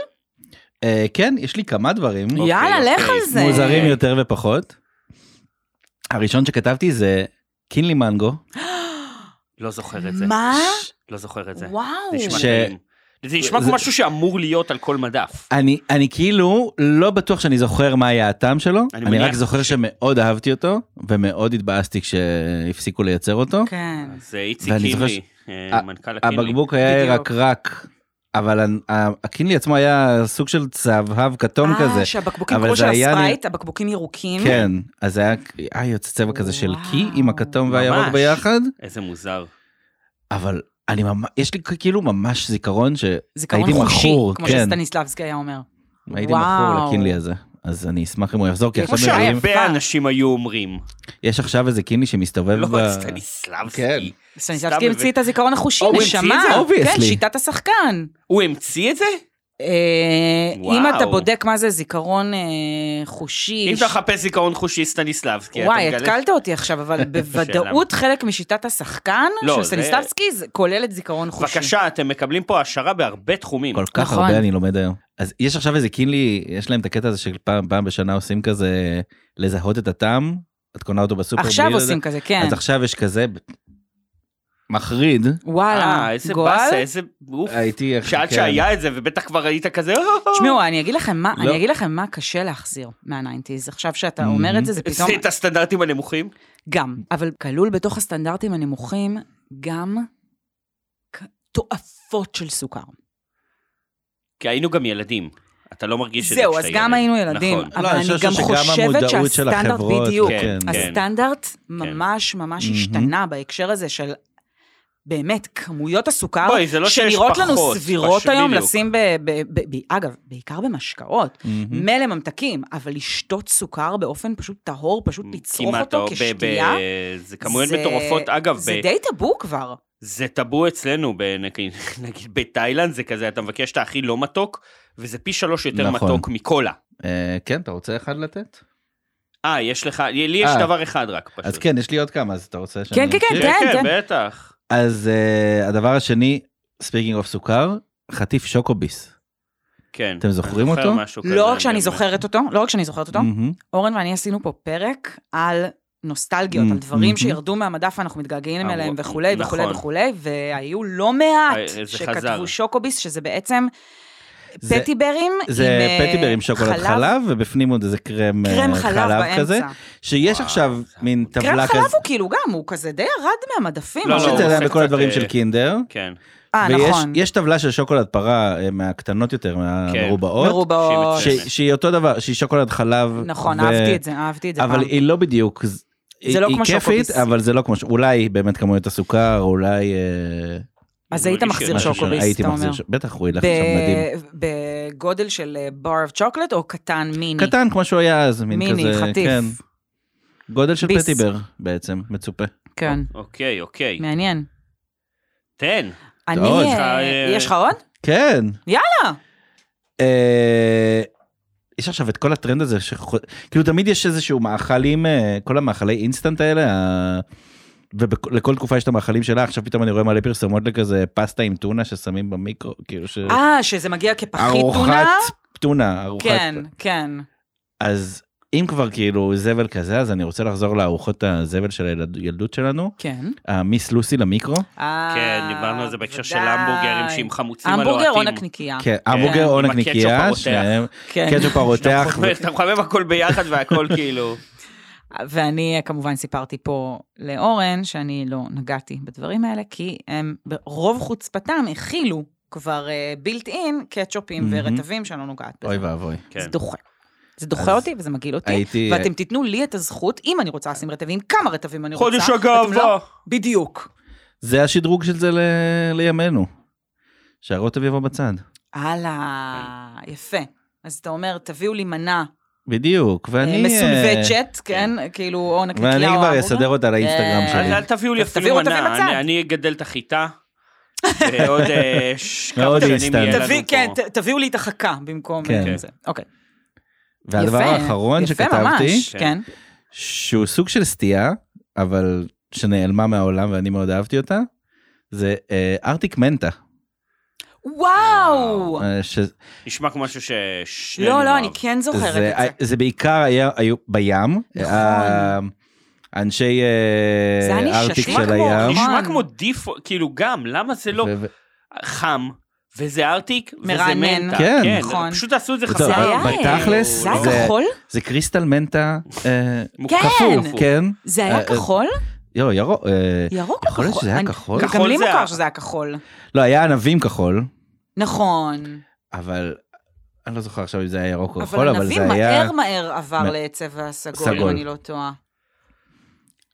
C: אה, כן, יש לי כמה דברים.
B: יאללה,
A: אוקיי.
B: לך על זה.
C: מוזרים יותר ופחות. הראשון שכתבתי זה קינלי מנגו,
A: לא זוכר את זה.
B: מה?
A: לא זוכר את זה.
B: וואו.
A: זה נשמע
C: ש-
A: טעים. זה נשמע כמו
C: זה-
A: משהו שאמור להיות על כל מדף.
C: אני, אני כאילו לא בטוח שאני זוכר מה היה הטעם שלו,
A: אני
C: אני, אני
A: מניח
C: רק זוכר
A: ש-
C: שמאוד אהבתי אותו, ומאוד התבאסתי כשהפסיקו לייצר אותו.
B: כן.
A: אז אה, איציק
C: ואני זוכר
A: קינלי, אה,
C: ה-
A: מנכ"ל הקינלי.
C: הבקבוק היה
B: בדיוק.
C: רק רק, אבל ה- ה- הקינלי עצמו היה סוג של צהבהב כתום כזה.
B: אה, שהבקבוקים,
C: אבל
B: כמו
C: זה
B: של
C: היה נראה-
B: הספרייט, הבקבוקים ירוקים.
C: כן, אז זה היה, היה יוצא צבע כזה של קי עם הכתום והירוק
A: ממש.
C: ביחד,
A: איזה מוזר.
C: אבל אני ממש, יש לי כאילו ממש זיכרון שהייתי
B: זיכרון חושי,
C: מכור,
B: כמו
C: כן,
B: שסטניסלבסקי היה אומר.
C: הייתי
B: וואו.
C: מכור לקינלי הזה. אז אני אשמח אם הוא יחזור, כי
A: כמו
C: עכשיו מביאים,
B: יפה.
A: שהרבה אנשים היו אומרים.
C: יש עכשיו איזה קינלי שמסתובב
A: לא,
C: ב... כן.
A: סטניסלבסקי.
B: סטניסלבסקי
A: סתם
B: המציא את הזיכרון החושי,
A: הוא המציא את
B: נשמה.
A: זה?
B: כן,
C: Obviously.
B: שיטת השחקן.
A: הוא המציא את זה?
B: אה, אם
A: וואו.
B: אתה בודק מה זה זיכרון אה, חושי...
A: אם אתה מחפש זיכרון חושי סטניסלבסקי, אתה
B: וואי,
A: מגלה-
B: התקלת אותי עכשיו, אבל בוודאות חלק משיטת השחקן
A: לא,
B: של
A: זה-
B: סטניסלבסקי זה כולל את זיכרון חושי.
A: בבקשה, אתם מקבלים פה העשרה בהרבה תחומים.
C: כל כך
B: נכון.
C: הרבה אני לומד היום. אז יש עכשיו איזה קינלי, יש להם את הקטע הזה של פעם, פעם בשנה עושים כזה לזהות את הטעם, את קונה אותו בסופר.
B: עכשיו
C: בלי לזה.
B: עושים כזה, כן.
C: אז עכשיו יש כזה ב- מחריד.
B: וואלה,
A: אה, איזה
B: גועל.
A: באסה, איזה... אוף.
C: הייתי...
A: שעד
C: כן.
A: שהיה את זה, ובטח כבר היית כזה... "אה,
B: תשמעו, אני אגיד לכם מה,
C: לא.
B: אני אגיד לכם מה קשה להחזיר מהניינטיז. עכשיו שאתה
A: Mm-hmm.
C: Mhm.
B: אומר את זה, זה פתאום...
A: זה את הסטנדרטים הנמוכים?
B: גם, אבל כלול בתוך הסטנדרטים הנמוכים גם כ- תועפות של סוכר.
A: כי היינו גם ילדים. אתה לא מרגיש את זה
B: זהו, אז גם היינו ילדים,
A: נכון.
C: לא,
B: אבל
C: אני
B: אני
C: חושב
B: גם
C: שגם
B: חושבת
C: המודעות של
B: שהסטנדרט,
C: החברות,
B: בדיוק,
C: כן,
A: כן.
B: הסטנדרט ממש ממש
C: Mhm.
B: השתנה בהקשר הזה של באמת כמויות הסוכר,
A: בואי, זה לא שיש
B: שנראות לנו
A: פחות,
B: סבירות
A: פשוט
B: היום
A: בדיוק.
B: לשים, ב- ב- ב- ב- אגב, בעיקר במשקאות,
C: מהמם.
B: מילא ממתקים, אבל לשתות סוכר באופן פשוט טהור, פשוט לצרוך
A: כמעט,
B: אותו
A: או ב-
B: כשתייה,
A: ב- זה כמויות
B: זה-
A: מטורפות. אגב,
B: זה
A: ב-
B: די טאבו כבר.
A: זה טאבו אצלנו, בנגיד, נגיד בתאילנד זה כזה, אתה מבקש את הכי לא מתוק, וזה פי שלוש יותר
C: נכון.
A: מתוק מקולה.
C: אה, כן, אתה רוצה אחד לתת?
A: אה, יש לך, לי יש
C: אה.
A: דבר אחד רק, פשוט.
C: אז כן, יש לי עוד כמה, אז אתה רוצה שאני...
B: כן, כן, כן,
A: כן,
B: תן,
A: כן,
B: תן.
A: בטח.
C: אז אה, הדבר השני, speaking of סוכר, חטיף שוקוביס.
A: כן.
C: אתם זוכרים
A: אני זוכר
C: אותו?
A: משהו כזה,
B: לא רק שאני
A: אני-
B: זוכרת אותו, לא רק שאני זוכרת אותו,
C: מהמם.
B: אורן ואני עשינו פה פרק על נוסטלגיות,
C: Mm,
B: על דברים
C: mhm.
B: שירדו מהמדף ואנחנו מתגעגעים
A: אה,
B: אליהם
A: וואו,
B: וכולי וכולי
A: נכון.
B: וכולי, והיו לא מעט
A: אה, זה חזר.
B: שכתבו שוקוביס, שזה בעצם
C: זה-
B: פטיברים עם
C: זה
B: אה,
C: פטיבר עם שוקולד חלב, ובפנים עוד איזה קרם אה,
B: קרם חלב
C: כזה.
B: באמצע.
C: שיש
A: וואו,
C: עכשיו
A: זה
C: מין
A: עמוד.
C: טבלה
B: קרם חלב
C: כזה,
B: הוא כאילו גם, הוא כזה די ירד מהמדפים.
A: לא,
B: אבל-
C: יש
A: לא,
C: את זה
A: הוא
C: עדיין
A: עושה
C: בכל
A: קצת,
C: הדברים
A: אה,
C: של קינדר,
A: כן.
B: אה,
C: ויש
B: נכון.
C: יש טבלה של שוקולד פרה אה, מהקטנות
A: כן.
C: יותר, מהמרובעות,
B: מרובעות.
A: שהיא מצוינת.
C: ש- שהיא אותו דבר, שהיא שוקולד חלב,
B: נכון,
C: ו-
B: אהבתי את זה, אהבתי את זה פעם.
C: אבל היא לא בדיוק, ז- היא
B: לא
C: היא
B: כמו
C: כיפית,
B: שוקוביס.
C: אבל זה לא כמו, ש- אולי באמת כמויות הסוכר, אולי, אה,
B: אז היית
A: מרגיש
B: מחזיר
A: משהו
C: משהו
B: שוקוביס,
C: שהייתי
B: אתה
C: מחזיר,
B: אומר.
C: ש- בטח הוא ילך
B: ב-
C: עכשיו מדהים,
B: בגודל של אה, bar of chocolate או קטן מיני?
C: קטן כמו שהוא היה אז, מין
B: מיני,
C: כזה,
B: חטיף.
C: כן, גודל של
B: ביס.
C: פטיבר בעצם, מצופה,
B: כן,
A: אוקיי, אוקיי.
B: מעניין.
A: תן.
B: אני...
C: עוד?
B: אה,
A: אה,
B: יש לך עוד?
C: כן,
B: יאללה!
C: אה, יש עכשיו את כל הטרנד הזה, שחו- כאילו תמיד יש איזשהו מאכלים, אה, כל המאכלי אינסטנט האלה, ה- ולכל תקופה יש את המאכלים שלה, עכשיו פתאום אני רואה מלא פרסומות לכזה פסטה עם טונה ששמים במיקרו, כאילו ש...
B: אה, שזה מגיע כפחית
C: ארוחת
B: טונה?
C: טונה, ארוחת...
B: כן, כן.
C: אז אם כבר כאילו זבל כזה, אז אני רוצה לחזור לארוחות הזבל של הילדות שלנו,
B: כן.
C: המיס לוסי למיקרו.
B: אה,
A: כן, דיברנו על זה בהקשר של
B: בוודאי.
A: המבורגרים שעם חמוצים
B: המבורגר או
A: הלוהטים.
B: נקניקייה.
C: כן, המבורגר
A: עם
C: או
A: הקטשופ
C: נקניקייה,
A: הרותח. לא
C: שניהם,
B: כן.
C: קטשופ הרותח, ו-
A: אתה מחמם הכל ביחד והכל כאילו.
B: ואני אה, כמובן סיפרתי פה לאורן שאני לא נגעתי בדברים האלה, כי הם ברוב חוצפתם הכילו כבר בילט אין קטשופים
C: מהמם.
B: ורטבים שאני לא נוגעת בזה.
C: אוי ואבוי.
B: זה
A: כן.
B: דוחה. זה דוחה
C: אז
B: אותי וזה מגעיל אותי,
C: הייתי...
B: ואתם תיתנו לי את הזכות, אם אני רוצה לשים רטבים, כמה רטבים אני רוצה.
A: חודש
B: ואתם
A: הגאווה.
B: לא- בדיוק.
C: זה השדרוג של זה ל... לימינו. שהרוטב יבוא בצד.
B: הלאה,
C: כן.
B: יפה. אז אתה אומר, תביאו לי מנה
C: בדיוק, ואני...
B: אה,
C: אה,
B: מסולבג'ט, כן? כאילו, או נקניקיה או
C: ואני כבר
B: עמודה.
C: אסדר אותה לאינסטגרם
B: אה,
A: אז
C: שלי.
A: אל תביאו לי
B: אז
A: אפילו
B: תביאו אותה
A: מנה,
B: במצב.
A: אני- אני אגדל את החיטה. ועוד אה, ש- כמה
C: מאוד
A: שנים
C: אינסטנט.
A: יהיה לנו
B: תביא, כן,
A: פה.
B: ת- תביאו לי את החכה במקום
C: כן.
B: אה, זה. אוקיי.
C: והדבר
B: יפה,
C: האחרון
B: יפה
C: שכתבתי,
B: ממש, כן.
C: שהוא סוג של סטייה, אבל שנעלמה מהעולם ואני מאוד אהבתי אותה, זה אה, ארטיק מנטה.
B: וואו!
C: אה, ש-
A: נשמע כמו משהו ששנינו
B: לא, לא, אני
A: אוהב.
B: כן זוכרת
C: זה-
B: את זה.
C: זה בעיקר היה- היו בים.
B: נכון.
C: אה, אנשי אה,
B: זה היה לי
C: ארטיק
B: ששמע
C: של
B: כמו-
C: הים.
A: נשמע
B: נכון.
A: כמו דיפו, כאילו גם, למה זה לא
C: ו- ו-
A: חם, וזה ארטיק, וזה
B: מרענן.
A: מנטה.
C: כן.
B: נכון.
A: פשוט תעשו את זה
C: טוב,
A: חסר.
B: זה היה-
C: לא, בתכלס,
B: זה היה
C: זה-
B: כחול?
C: זה קריסטל מנטה אה,
A: מוכפוף.
B: כן.
C: כן.
B: זה
C: אה,
B: היה
C: אה,
B: כחול?
C: יו, ירוק. אה,
B: ירוק או כחול?
C: יכול להיות שזה היה
B: אני-
C: כחול?
B: גם
A: כחול
B: לי
A: זה
B: מוכר
A: ה-
B: שזה היה כחול.
C: לא, היה ענבים כחול,
B: נכון.
C: אבל אני לא זוכר עכשיו אם זה היה ירוק או
B: אבל
C: כחול, אבל
B: ענבים
C: זה היה...
B: מהר מהר עבר
C: מ-
B: לצבע סגול, אם
C: סגול.
B: אני לא טועה.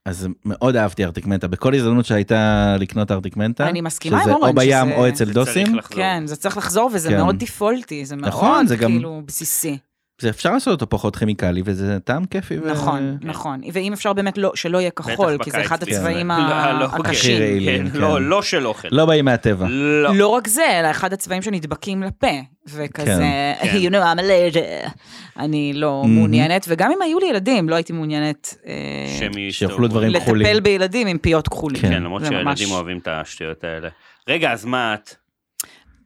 C: אז מאוד אהבתי ארטיק מנטה. בכל הזדמנות שהייתה לקנות ארטיק מנטה,
B: אני מסכימה עם
C: שזה
B: אורן
C: או בים
B: שזה-
C: או אצל
A: זה צריך
C: דוסים,
A: לחזור.
B: כן, זה צריך לחזור, וזה
C: כן.
B: מאוד דיפולטי, זה מאוד
C: נכון, זה גם-
B: כאילו בסיסי.
C: זה אפשר לעשות אותו פחות כימיקלי, וזה טעם כיפי. ו-
B: נכון,
A: כן.
B: נכון. ואם אפשר באמת לא- שלא יהיה כחול,
A: בטח
B: כי זה
A: בקיץ,
B: אחד
A: כן.
B: הצבעים
A: לא, לא,
B: ה-
A: כן.
C: הכי
B: הקשים.
C: רעילים,
A: כן,
C: כן.
A: לא, לא של אוכל.
C: לא באים מהטבע.
A: לא.
B: לא רק זה, אלא אחד הצבעים שנדבקים לפה, וכזה,
A: כן.
B: you know, I'm allergic. אני לא
C: Mhm.
B: מעוניינת, וגם אם היו לי ילדים, לא הייתי מעוניינת אה,
A: שהם יסתובבו.
C: שיאכלו דברים
B: לטפל
C: כחולים.
B: בילדים עם פיות כחולים.
C: כן,
A: כן, למרות
B: זה ממש-
A: שהילדים אוהבים את השטויות האלה. רגע, אז מה את?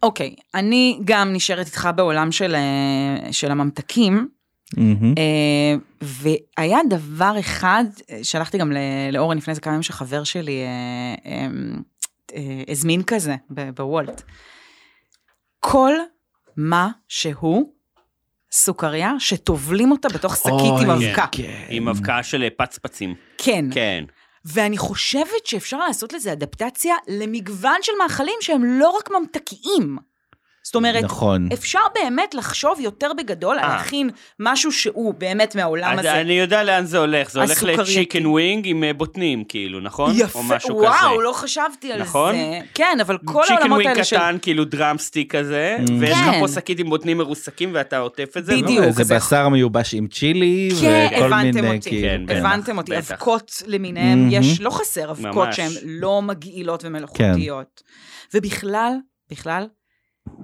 B: אוקיי, אני גם נשארת איתך בעולם של, אה, של הממתקים,
C: מהמם.
B: אה, והיה דבר אחד, אה, שלחתי גם ל- לאורן לפני איזה כמה ימים, שחבר שלי אה, אה, אה, הזמין כזה ב- בוולט. כל מה שהוא סוכריה שטובלים אותה בתוך שקית עם
C: אוי,
B: אבקה.
C: כן.
B: אמ,
A: עם הבקעה של אה, פצפצים.
B: כן.
A: כן.
B: ואני חושבת שאפשר לעשות לזה אדפטציה למגוון של מאכלים שהם לא רק ממתקיים. זאת אומרת,
C: נכון.
B: אפשר באמת לחשוב יותר בגדול על
A: אה.
B: להכין משהו שהוא באמת מהעולם
C: אה,
A: אז
B: הזה.
A: אני יודע לאן זה הולך, זה הולך
B: הסוכרייתי.
A: לצ'יקן ווינג עם אה, בוטנים, כאילו, נכון?
B: יפה,
A: או משהו
B: וואו,
A: כזה.
B: לא חשבתי על
A: נכון?
B: זה. כן, אבל כל
A: צ'יקן
B: העולמות
A: ווינג
B: האלה של...
A: קטן, כאילו דראמסטיק כזה,
C: Mm.
A: ויש לך
B: כן.
A: פה שקית עם בוטנים מרוסקים ואתה עוטף את זה.
B: בדיוק.
C: לא, זה
B: זה-
C: בשר מיובש עם צ'ילי,
B: כן,
C: וכל
B: הבנתם
C: מיני,
B: אותי.
C: כאילו,
A: כן.
B: הבנתם אותי,
A: בטח.
B: אבקות למיניהם,
C: Mhm.
B: יש, לא חסר אבקות
A: ממש.
B: שהן לא מגעילות ומלאכותיות.
C: כן.
B: ובכלל, בכלל,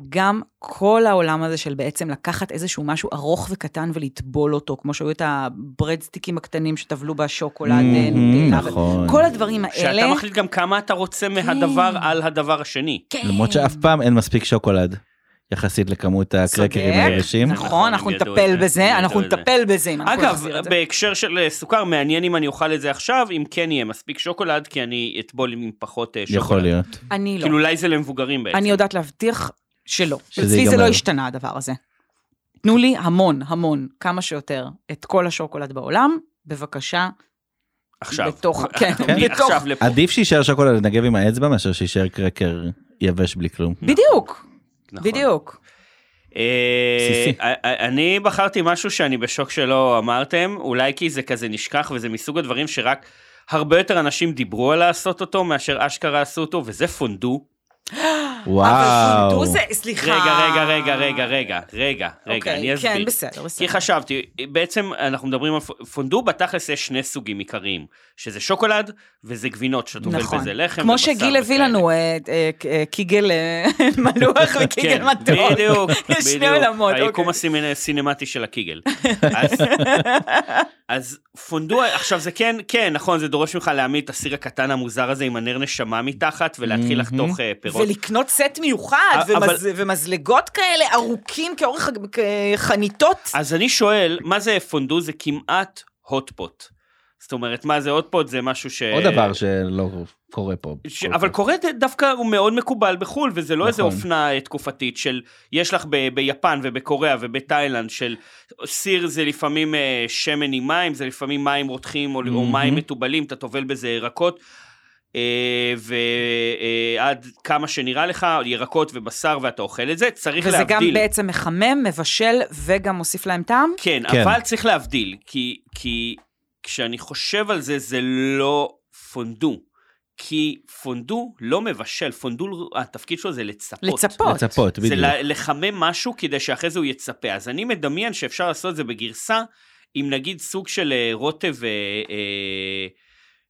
B: גם כל העולם הזה של בעצם לקחת איזשהו משהו ארוך וקטן ולטבול אותו, כמו שהיו את הברדסטיקים הקטנים שטבלו בשוקולד,
C: Mhm,
B: נוטלה,
C: נכון.
B: כן, כל הדברים האלה.
A: שאתה מחליט גם כמה אתה רוצה מהדבר על הדבר השני.
B: כן.
C: למרות שאף פעם אין מספיק שוקולד, יחסית לכמות הקרקרים
B: צודק,
C: היבשים.
A: נכון,
B: נכון, אנחנו
A: הם ידעו
B: נטפל
A: את זה, הם
B: בזה, אנחנו
A: ידעו את זה.
B: נטפל בזה. אם אנחנו
A: אגב,
B: נחזיר את זה.
A: בהקשר של אה, סוכר, מעניין אם אני אוכל את זה עכשיו, אם כן יהיה מספיק שוקולד, כי אני אטבול עם פחות אה, שוקולד.
C: יכול להיות.
B: אני לא.
A: כאילו אולי זה למבוגרים בעצם.
B: אני יודעת להבטיח שלא.
C: שזה
B: אצלי זה
C: ייגמר.
B: לא השתנה הדבר הזה. תנו לי המון, המון, כמה שיותר, את כל השוקולד בעולם, בבקשה,
A: עכשיו.
B: בתוך, כן, בתוך,
A: עכשיו לפה.
C: עדיף שיישאר שוקולד לנגב עם האצבע מאשר שיישאר קרקר יבש בלי כלום.
B: בדיוק,
A: נכון.
B: בדיוק.
A: אה,
C: בסיסי.
A: אה, אה, אני בחרתי משהו שאני בשוק שלא אמרתם, אולי כי זה כזה נשכח וזה מסוג הדברים שרק הרבה יותר אנשים דיברו על לעשות אותו מאשר אשכרה עשו אותו, וזה פונדו.
B: אבל
C: וואו.
B: חינטו זה, סליחה.
A: רגע, רגע, רגע, רגע, רגע, רגע, רגע,
B: אה. אוקיי,
A: אני אסביר.
B: כן, בסדר, בסדר.
A: כי חשבתי, בעצם אנחנו מדברים על פ- פונדו, בתכלס יש שני סוגים עיקריים, שזה שוקולד וזה גבינות, שאתה אוכל בזה לחם
B: נכון. כמו
A: ובשר
B: שגיל הביא
A: וכאלה.
B: לנו אה, אה, אה, קיגל אה, מלוח וקיגל מתוק.
A: כן, בדיוק,
B: יש שני
A: בדיוק.
B: עולמות,
A: היקום
B: אוקיי.
A: הסימ- הסינמטי של הקיגל. אז- אז פונדו, עכשיו זה כן, כן, נכון, זה דורש ממך להעמיד את הסיר הקטן המוזר הזה עם הנר נשמה מתחת, ולהתחיל
C: Mhm.
A: לחתוך אה, פירות. אה,
B: ולקנות סט מיוחד,
A: אבל-
B: ומז- ומזלגות כאלה ארוכים כאורך כ- חניתות.
A: אז אני שואל, מה זה פונדו? זה כמעט הוטפוט. זאת אומרת, מה זה הוטפוט? זה משהו ש...
C: עוד דבר שלא קורה פה. אוקיי.
A: ש... אבל קורה ד- דווקא, הוא מאוד מקובל בחו"ל, וזה לא איזה
C: נכון.
A: אופנה אה, תקופתית של, יש לך ב- ביפן ובקוריאה ובתאילנד, של סיר זה לפעמים אה, שמן עם מים, זה לפעמים מים רותחים או, או
C: מהמם.
A: מים מתובלים, אתה טובל בזה ירקות. אה, ועד כמה שנראה לך, ירקות ובשר ואתה אוכל את זה, צריך
B: וזה
A: להבדיל.
B: גם בעצם מחמם, מבשל וגם מוסיף להם טעם.
A: כן,
C: כן.
A: כן, אבל צריך להבדיל, כי, כי כשאני חושב על זה, זה לא פונדו. כי פונדו לא מבשל, פונדו, התפקיד שלו זה לצפות.
B: לצפות.
C: לצפות,
A: זה
C: בדיוק.
A: ל- לחמם משהו כדי שאחרי זה הוא יצפה. אז אני מדמיין שאפשר לעשות את זה בגרסה עם נגיד סוג של אה, רוטב אה, אה,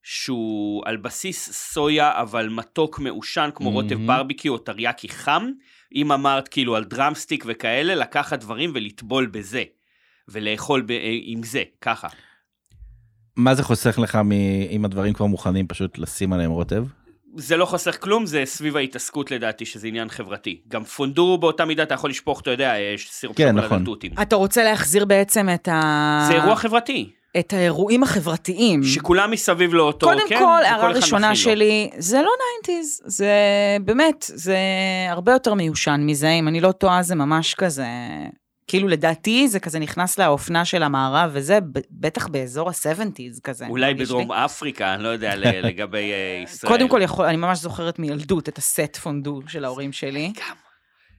A: שהוא על בסיס סויה, אבל מתוק מעושן, כמו
C: מהמם.
A: רוטב ברביקיו או טריאקי חם. אם אמרת כאילו על דרמסטיק וכאלה, לקחת דברים ולטבול בזה. ולאכול ב- אה, עם זה, ככה.
C: מה זה חוסך לך מ- אם הדברים כבר מוכנים פשוט לשים עליהם רוטב?
A: זה לא חוסך כלום, זה סביב ההתעסקות לדעתי, שזה עניין חברתי. גם פונדו באותה מידה, אתה יכול לשפוך, אתה יודע, אה, סירופ
C: כן,
A: שוקולד
C: נכון.
A: על תותים.
B: אתה רוצה להחזיר בעצם את, ה...
A: זה אירוע חברתי.
B: את האירועים החברתיים.
A: שכולם מסביב לאותו,
B: קודם
A: כן?
B: כל,
A: וכל
B: הערה
A: אחד
B: ראשונה
A: מכיל לו.
B: שלי, זה לא ניינטיז, זה באמת, זה הרבה יותר מיושן מזה, אם אני לא טועה, זה ממש כזה, כאילו לדעתי זה כזה נכנס לאופנה של המערב וזה, ב- בטח באזור ה-70's כזה.
A: אולי
B: מרגיש לי.
A: בדרום אפריקה, אני לא יודע, ל- לגבי אה, ישראל.
B: קודם כל, יכול, אני ממש זוכרת מילדות את הסט פונדו של ההורים שלי,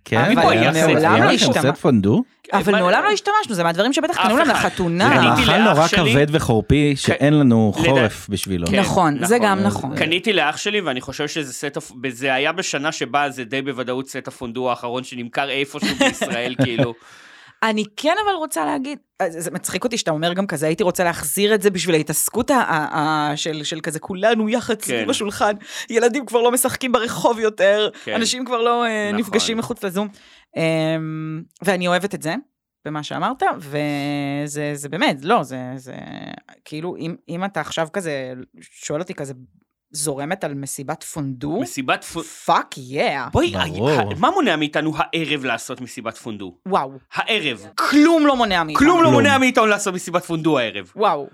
C: כן,
B: אבל
C: היה
A: מעולם
C: לכם-
A: לא
C: היה לכם
B: השתמע.
C: סט פונדו?
B: אבל
A: מה-
B: מעולם לא השתמשנו, זה מהדברים שבטח
A: כן, אף
B: קנו לנו
A: אחד.
C: זה
A: אה. אני
B: לחתונה.
A: הייתי
C: מאכל
A: לאח
C: נורא
A: שלי-
C: כבד וחורפי שאין לנו
A: לדע-
C: חורף בשבילו.
A: כן,
B: נכון, זה גם נכון.
A: קניתי לאח שלי, ואני חושב שזה סט, הפ- זה היה בשנה שבה זה די בוודאות סט הפונדו האחרון שנמכר איפשהו בישראל, כאילו.
B: אני כן אבל רוצה להגיד, אז זה מצחיק אותי שאתה אומר גם כזה, הייתי רוצה להחזיר את זה בשביל ההתעסקות ה- ה- ה- של, של כזה כולנו יחד סביב
A: כן.
B: השולחן, ילדים כבר לא משחקים ברחוב יותר,
A: כן.
B: אנשים כבר לא אה,
A: נכון.
B: נפגשים מחוץ לזום. אמ, ואני אוהבת את זה, במה שאמרת, וזה זה באמת, לא, זה, זה כאילו, אם, אם אתה עכשיו כזה, שואל אותי כזה, זורמת על מסיבת פונדו?
A: מסיבת פונדו.
B: פאק יא.
A: בואי,
C: ברור.
A: ה- מה מונע מאיתנו הערב לעשות מסיבת פונדו?
B: וואו,
A: הערב.
B: כלום לא מונע מאיתנו.
A: כלום לא
C: כלום.
A: מונע מאיתנו לעשות מסיבת פונדו הערב.
B: וואו.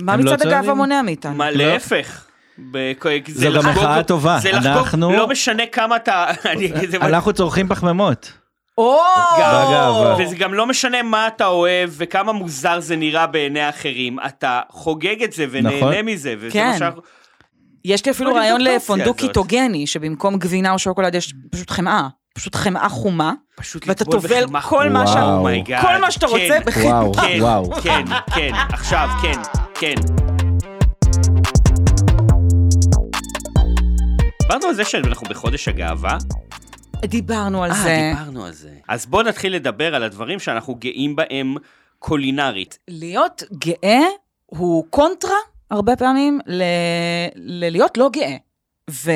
B: מה
C: הם לא
B: מצעד הגאווה
C: צועדים?
B: מונע מאיתנו?
A: מה,
C: לא.
A: להפך. ב- זה
C: זו גם
A: לחגוג-
C: מחאה טובה.
A: זה לחגוג,
C: אנחנו-
A: לא משנה כמה אתה... אני אגיד את זה
C: אנחנו צורכים פחמימות.
B: נכון, או!
C: בגאווה.
A: וזה גם לא משנה מה אתה אוהב וכמה מוזר זה נראה בעיני האחרים, אתה חוגג את זה ונהנה
C: נכון.
A: מזה, וזה
B: כן.
A: מה שאנחנו...
B: יש לי אפילו
A: לא
B: רעיון
A: דיברתי על
B: לפונדו
A: הזאת.
B: קיטוגני, שבמקום גבינה או שוקולד יש פשוט חמאה. פשוט חמאה חומה.
A: פשוט
B: ואתה
A: לטבול
B: טובל
A: בחמאה
B: כל
A: חומה.
B: מה
C: ש- וואו.
A: אומייגאד.
B: כל מה שאתה
A: כן,
B: רוצה בחמאה.
C: וואו,
A: כן,
C: וואו.
A: כן, כן, עכשיו, כן, כן. דיברנו על זה שאנחנו בחודש הגאווה.
B: דיברנו על
A: אה,
B: זה.
A: דיברנו על זה. אז בואו נתחיל לדבר על הדברים שאנחנו גאים בהם קולינרית.
B: להיות גאה הוא קונטרה, הרבה פעמים, ל- ללהיות לא גאה. ו...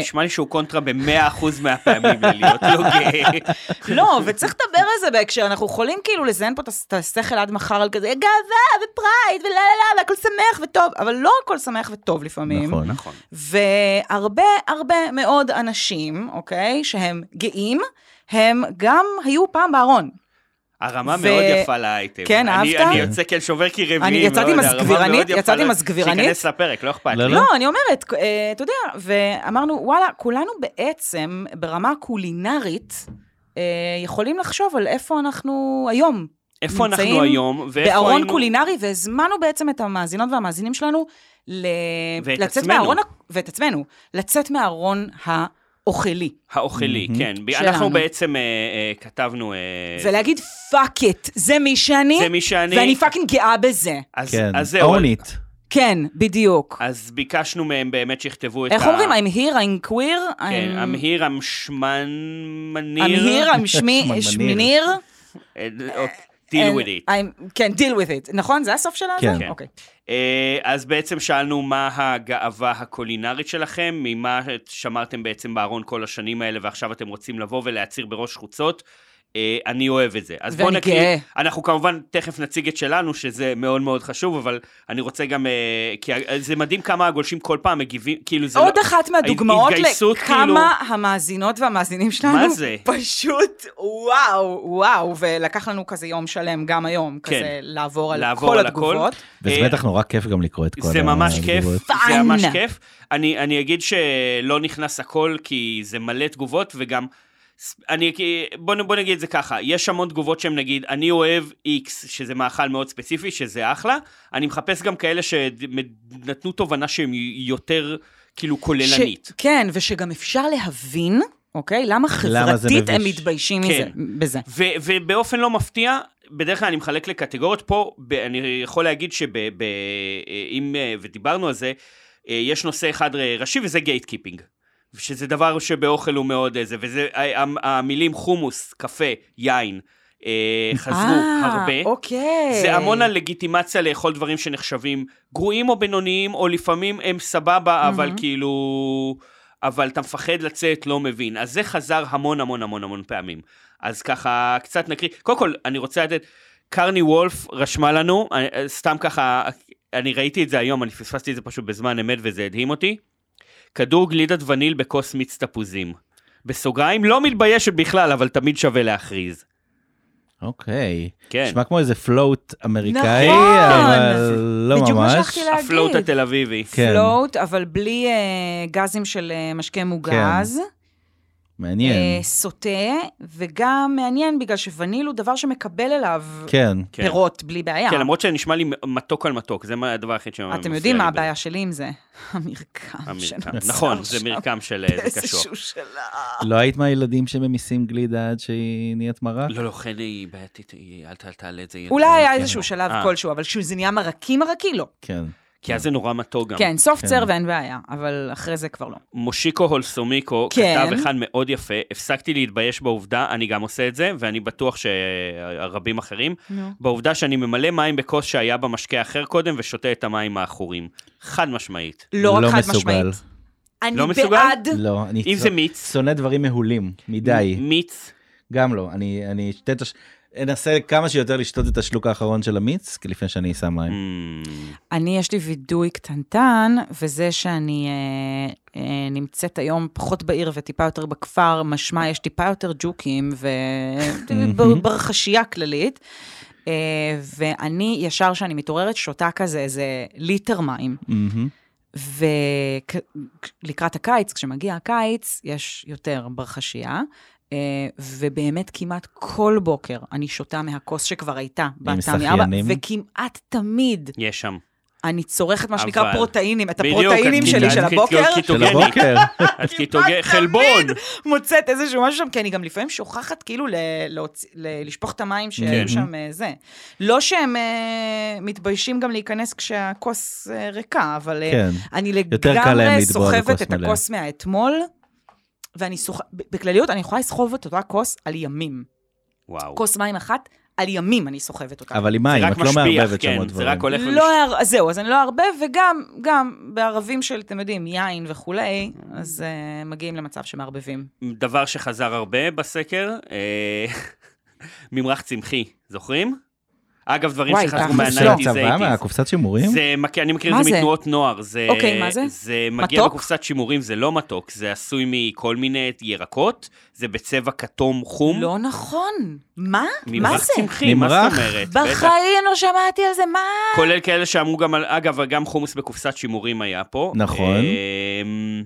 A: נשמע לי שהוא קונטרה ב-100% מהפעמים ללהיות לא גאה.
B: לא, וצריך לדבר על זה בהקשר, אנחנו יכולים כאילו לזיין פה את הס- את השכל עד מחר על כזה גאווה ופרייד ולא לא לא, והכל שמח וטוב, אבל לא הכל שמח וטוב לפעמים.
C: נכון.
A: נכון.
B: והרבה הרבה מאוד אנשים, אוקיי, שהם גאים, הם גם היו פעם בארון.
A: הרמה
B: ו-
A: מאוד יפה לאייטם.
B: כן,
A: אני-
B: אהבת?
A: אני יוצא כן שובר כרביעים.
B: אני יצאתי
A: מאוד, הרמה
B: מסגבירנית,
A: מאוד יפה
B: יצאתי
A: לה-
B: מסגבירנית.
A: שייכנס לפרק, לא אכפת
C: לא,
A: לי.
B: לא, אני אומרת, אה, אתה יודע, ואמרנו, וואלה, כולנו בעצם ברמה הקולינרית אה, יכולים לחשוב על איפה אנחנו היום.
A: איפה
B: נמצאים
A: אנחנו היום, ואיפה היינו...
B: בארון קולינרי, והזמנו בעצם את המאזינות והמאזינים שלנו ל...
A: ואת
B: לצאת
A: עצמנו.
B: מהארון, ה- ואת עצמנו, לצאת מהארון האוכלי.
A: האוכלי,
C: Mhm.
A: כן. ב-
B: שלנו.
A: אנחנו בעצם אה, אה, כתבנו... אה,
B: ולהגיד, פאק את, זה מי שאני,
A: זה מי שאני...
B: ואני פאקינג גאה בזה.
A: אז-
C: כן.
A: אז זהו.
C: own it.
B: כן, בדיוק.
A: אז ביקשנו מהם באמת שיכתבו את
B: איך
A: ה...
B: אומרים? אה, I'm here, I'm queer,
A: כן,
B: I'm...
A: אמהיר, המשמניר.
B: I'm here, I'm שמי-
C: שמניר.
B: שמיניר.
A: אה,
B: אה,
A: אוקיי, deal
B: and
A: with it.
B: I'm- כן, deal with it. נכון? זה הסוף שלה?
C: כן.
A: כן.
B: אוקיי.
A: אה, אז בעצם שאלנו מה הגאווה הקולינרית שלכם, ממה שמרתם בעצם בארון כל השנים האלה, ועכשיו אתם רוצים לבוא ולהצהיר בראש חוצות. אה, אני אוהב את זה. אז בואו
B: ואני
A: נקריא,
B: גאה.
A: אנחנו כמובן תכף נציג את שלנו, שזה מאוד מאוד חשוב, אבל אני רוצה גם, אה, כי ה- זה מדהים כמה הגולשים כל פעם מגיבים, כאילו זה
B: עוד
A: לא...
B: אחת מהדוגמאות
A: ההתגייסות, כאילו-
B: לכמה המאזינות והמאזינים שלנו,
A: מה זה?
B: פשוט וואו, וואו, ולקח לנו כזה יום שלם, גם היום, כזה לעבור על
A: כן. לעבור
B: כל
A: על הכל.
B: התגובות.
C: וזה
A: אה,
C: בטח נורא כיף גם לקרוא את כל
A: זה ממש כיף,
C: התגובות.
A: זה
B: פאן.
A: ממש כיף. אני, אני אגיד שלא נכנס הכל, כי זה מלא תגובות, וגם... ס- אני, כי- בוא, נ- בוא נגיד את זה ככה, יש המון תגובות שהם נגיד, אני אוהב איקס, שזה מאכל מאוד ספציפי, שזה אחלה, אני מחפש גם כאלה שנתנו תובנה שהם יותר כאילו כוללנית.
B: ש... כן, ושגם אפשר להבין, אוקיי? למה חברתית
C: מביש.
B: הם מתביישים
A: כן.
B: מזה, בזה.
A: ו- ובאופן לא מפתיע, בדרך כלל אני מחלק לקטגוריות. פה ב- אני יכול להגיד שאם, ודיברנו על זה, אה, יש נושא אחד ר- ראשי וזה גייטקיפינג. שזה דבר שבאוכל הוא מאוד איזה, וזה ה- ה- המילים חומוס, קפה, יין, אה, חזרו הרבה.
B: אוקיי.
A: זה המון על לגיטימציה לאכול דברים שנחשבים גרועים או בינוניים, או לפעמים הם סבבה, אבל
B: מהמם.
A: כאילו... אבל אתה מפחד לצאת, לא מבין. אז זה חזר המון המון המון המון פעמים. אז ככה, קצת נקריא. קודם כל, אני רוצה לתת... קרני וולף רשמה לנו, אה, סתם ככה, אני ראיתי את זה היום, אני פספסתי את זה פשוט בזמן אמת וזה הדהים אותי. כדור גלידת וניל בכוס מיץ תפוזים. בסוגריים, לא מתביישת בכלל, אבל תמיד שווה להכריז.
C: אוקיי.
A: כן.
C: נשמע כמו איזה פלוט אמריקאי,
B: נכון.
C: אבל לא
B: בדיוק מה
C: ממש.
B: שהלכתי להגיד.
A: הפלוט התל אביבי.
C: כן.
B: פלוט, אבל בלי אה, גזים של אה, משקה
C: כן.
B: מוגז.
C: מעניין.
B: אה, סוטה, וגם מעניין בגלל שווניל הוא דבר שמקבל אליו
C: כן.
A: כן.
B: פירות בלי בעיה.
A: כן, למרות שנשמע לי מתוק על מתוק, זה מה- הדבר היחיד שמפריע לי.
B: אתם יודעים מה
A: בזה.
B: הבעיה שלי עם זה? המרקם
A: המרקם.
B: שנוצר
A: נכון, זה
B: שם
A: מרקם של אה, זה קשור.
B: באיזשהו שלב.
C: לא היית מהילדים שממיסים גלידה עד שהיא נהיית מרה?
A: לא, לא, חן היא בעייתית, היא- אל ת- אל תעלה את זה. היא-
B: אולי היה
A: כן.
B: איזשהו שלב
A: אה,
B: כלשהו, אבל כשזה נהיה מרקי מרקי, לא.
C: כן.
A: כי אז זה נורא מתוק גם.
B: כן, סוף
C: כן.
B: צר ואין בעיה, אבל אחרי זה כבר לא.
A: מושיקו הולסומיקו
B: כן.
A: כתב אחד מאוד יפה, הפסקתי להתבייש בעובדה, אני גם עושה את זה, ואני בטוח שרבים אחרים, בעובדה שאני ממלא מים בכוס שהיה בה משקה אחר קודם ושותה את המים העכורים. חד משמעית.
B: לא רק חד משמעית.
C: מסוגל.
B: אני
A: לא מסוגל?
B: בעד...
C: לא, אני
A: אם
C: צו-
A: זה מיץ,
C: שונא דברים מהולים, מדי.
A: מיץ,
C: גם לא. אני אני אשתה את הש... אנסה כמה שיותר לשתות את השלוק האחרון של המיץ, כי לפני שאני שם מים.
A: אמ,
B: אני, יש לי וידוי קטנטן, וזה שאני אה, אה, נמצאת היום פחות בעיר וטיפה יותר בכפר, משמע יש טיפה יותר ג'וקים וברחשייה כללית. אה, ואני, ישר כשאני מתעוררת, שותה כזה איזה ליטר מים.
C: מהמם.
B: ולקראת הקיץ, כשמגיע הקיץ, יש יותר ברחשייה, אה, ובאמת כמעט כל בוקר אני שותה מהכוס שכבר הייתה, בתא מארבע,
C: שחיינים?
B: וכמעט תמיד
A: יש שם.
B: אני צורכת מה שנקרא
A: אבל-
B: פרוטאינים, את
A: בדיוק,
B: הפרוטאינים
A: את
B: שלי
A: קיטוגנית,
B: של הבוקר,
A: קיטוגנית.
C: של הבוקר.
A: את קיטוגי חלבון.
B: מוצאת איזשהו משהו שם, כי אני גם לפעמים שוכחת כאילו ל- להוציא- ל- לשפוך את המים
A: כן.
B: שהיו שם אה, זה. לא שהם אה, מתביישים גם להיכנס כשהכוס אה, ריקה, אבל אה,
C: כן.
B: אני
C: יותר קל להם
B: לגמרי
C: לטבוע
B: סוחבת
C: בכוס
B: את
C: מלאה.
B: הכוס מהאתמול, ואני סוחבת, בכלליות, אני יכולה לסחוב את אותה כוס על ימים.
A: וואו.
B: כוס מים אחת, על ימים אני סוחבת אותה.
C: אבל עם מים,
A: זה רק
C: את לא
A: משפיח,
C: מערבבת שם
A: כן,
C: עוד
A: זה
C: דברים.
A: רק הולך
B: לא הר... אז זהו, אז אני לא הרבה, וגם גם בערבים של, אתם יודעים, יין וכולי, אז uh, מגיעים למצב שמערבבים.
A: דבר שחזר הרבה בסקר, אה, ממרח צמחי, זוכרים? אגב, דברים
B: וואי,
A: שחזרו
B: תכלס,
C: מהניינטיז
B: לא.
A: מהניינטיז
C: צבא
A: אייטיז.
C: מהקופסת שימורים?
A: זה, מק- אני מכיר
B: מה
A: את זה
B: זה?
A: מתנועות נוער. זה,
B: אוקיי, מה זה?
A: זה מגיע
B: מתוק?
A: בקופסת שימורים, זה לא מתוק, זה עשוי מכל מיני ירקות, זה בצבע כתום חום.
B: לא נכון. מה? מה
A: ממרח
B: זה?
A: צמחי, מה זאת
C: ממרח?
A: אומרת? בטח.
B: בחיים לא שמעתי על זה, מה?
A: כולל כאלה שאמרו גם על, אגב, גם חומוס בקופסת שימורים היה פה.
C: נכון.
A: אמ,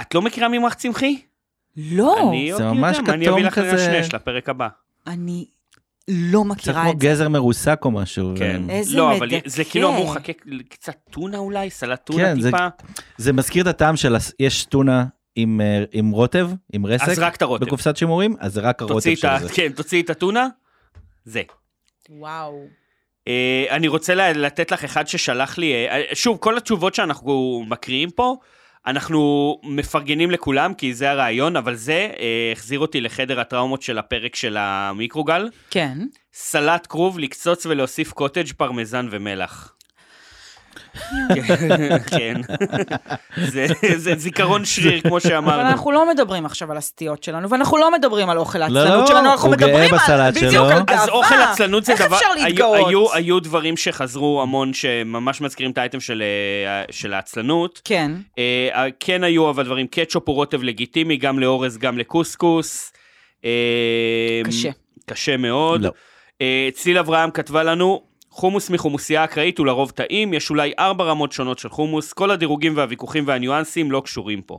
A: את לא מכירה ממרח צמחי?
B: לא,
A: אני
C: זה
A: עוד
C: ממש
A: יודע, מה, אני
C: כתום
A: אביא לך
C: כזה.
A: לנשנש לפרק הבא.
B: אני לא
C: זה
B: מכירה
C: כמו
B: את זה.
C: גזר מרוסק או משהו.
A: כן.
C: ו-
B: איזה
A: לא, אבל
B: מדכא.
A: זה כאילו אמרו, חכה קצת טונה אולי, סלט טונה
C: כן, זה-
A: טיפה.
C: זה מזכיר את הטעם של הס- יש טונה עם, אה, עם רוטב, עם רסק.
A: אז רק את הרוטב.
C: בקופסת שימורים, אז זה רק
A: כן.
C: הרוטב
A: תוציאי
C: של
A: את ה-
C: זה.
A: כן, תוציאי את הטונה, זה.
B: וואו.
A: אה, אה, אני רוצה ל- לתת לך אחד ששלח לי, אה, שוב, כל התשובות שאנחנו מקריאים פה, אנחנו מפרגנים לכולם, כי זה הרעיון, אבל זה אה, החזיר אותי לחדר הטראומות של הפרק של המיקרוגל.
B: כן.
A: סלט כרוב, לקצוץ ולהוסיף קוטג', פרמזן ומלח. כן, זה, זה זיכרון שריר, כמו
B: אבל
A: שאמרנו.
B: אנחנו לא מדברים עכשיו על הסטיות שלנו, ואנחנו לא מדברים על אוכל
C: לא,
B: העצלנות שלנו,
C: לא,
B: אנחנו
C: הוא גאה
B: מדברים על...
C: בסלט שלו.
B: בדיוק, על גאווה.
A: אז אוכל עצלנות זה דבר...
B: איך אפשר
A: היו-
B: להתגאות?
A: היו- היו דברים שחזרו המון, שממש מזכירים את האייטם של, אה, של העצלנות.
B: כן.
A: אה, כן היו אבל דברים, קטשופ הוא רוטב לגיטימי, גם לאורז, גם לקוסקוס. אה,
B: קשה.
A: קשה מאוד.
C: לא.
A: אה, ציל אברהם כתבה לנו, חומוס מחומוסייה אקראית הוא לרוב טעים, יש אולי ארבע רמות שונות של חומוס, כל הדירוגים והוויכוחים והניואנסים לא קשורים פה.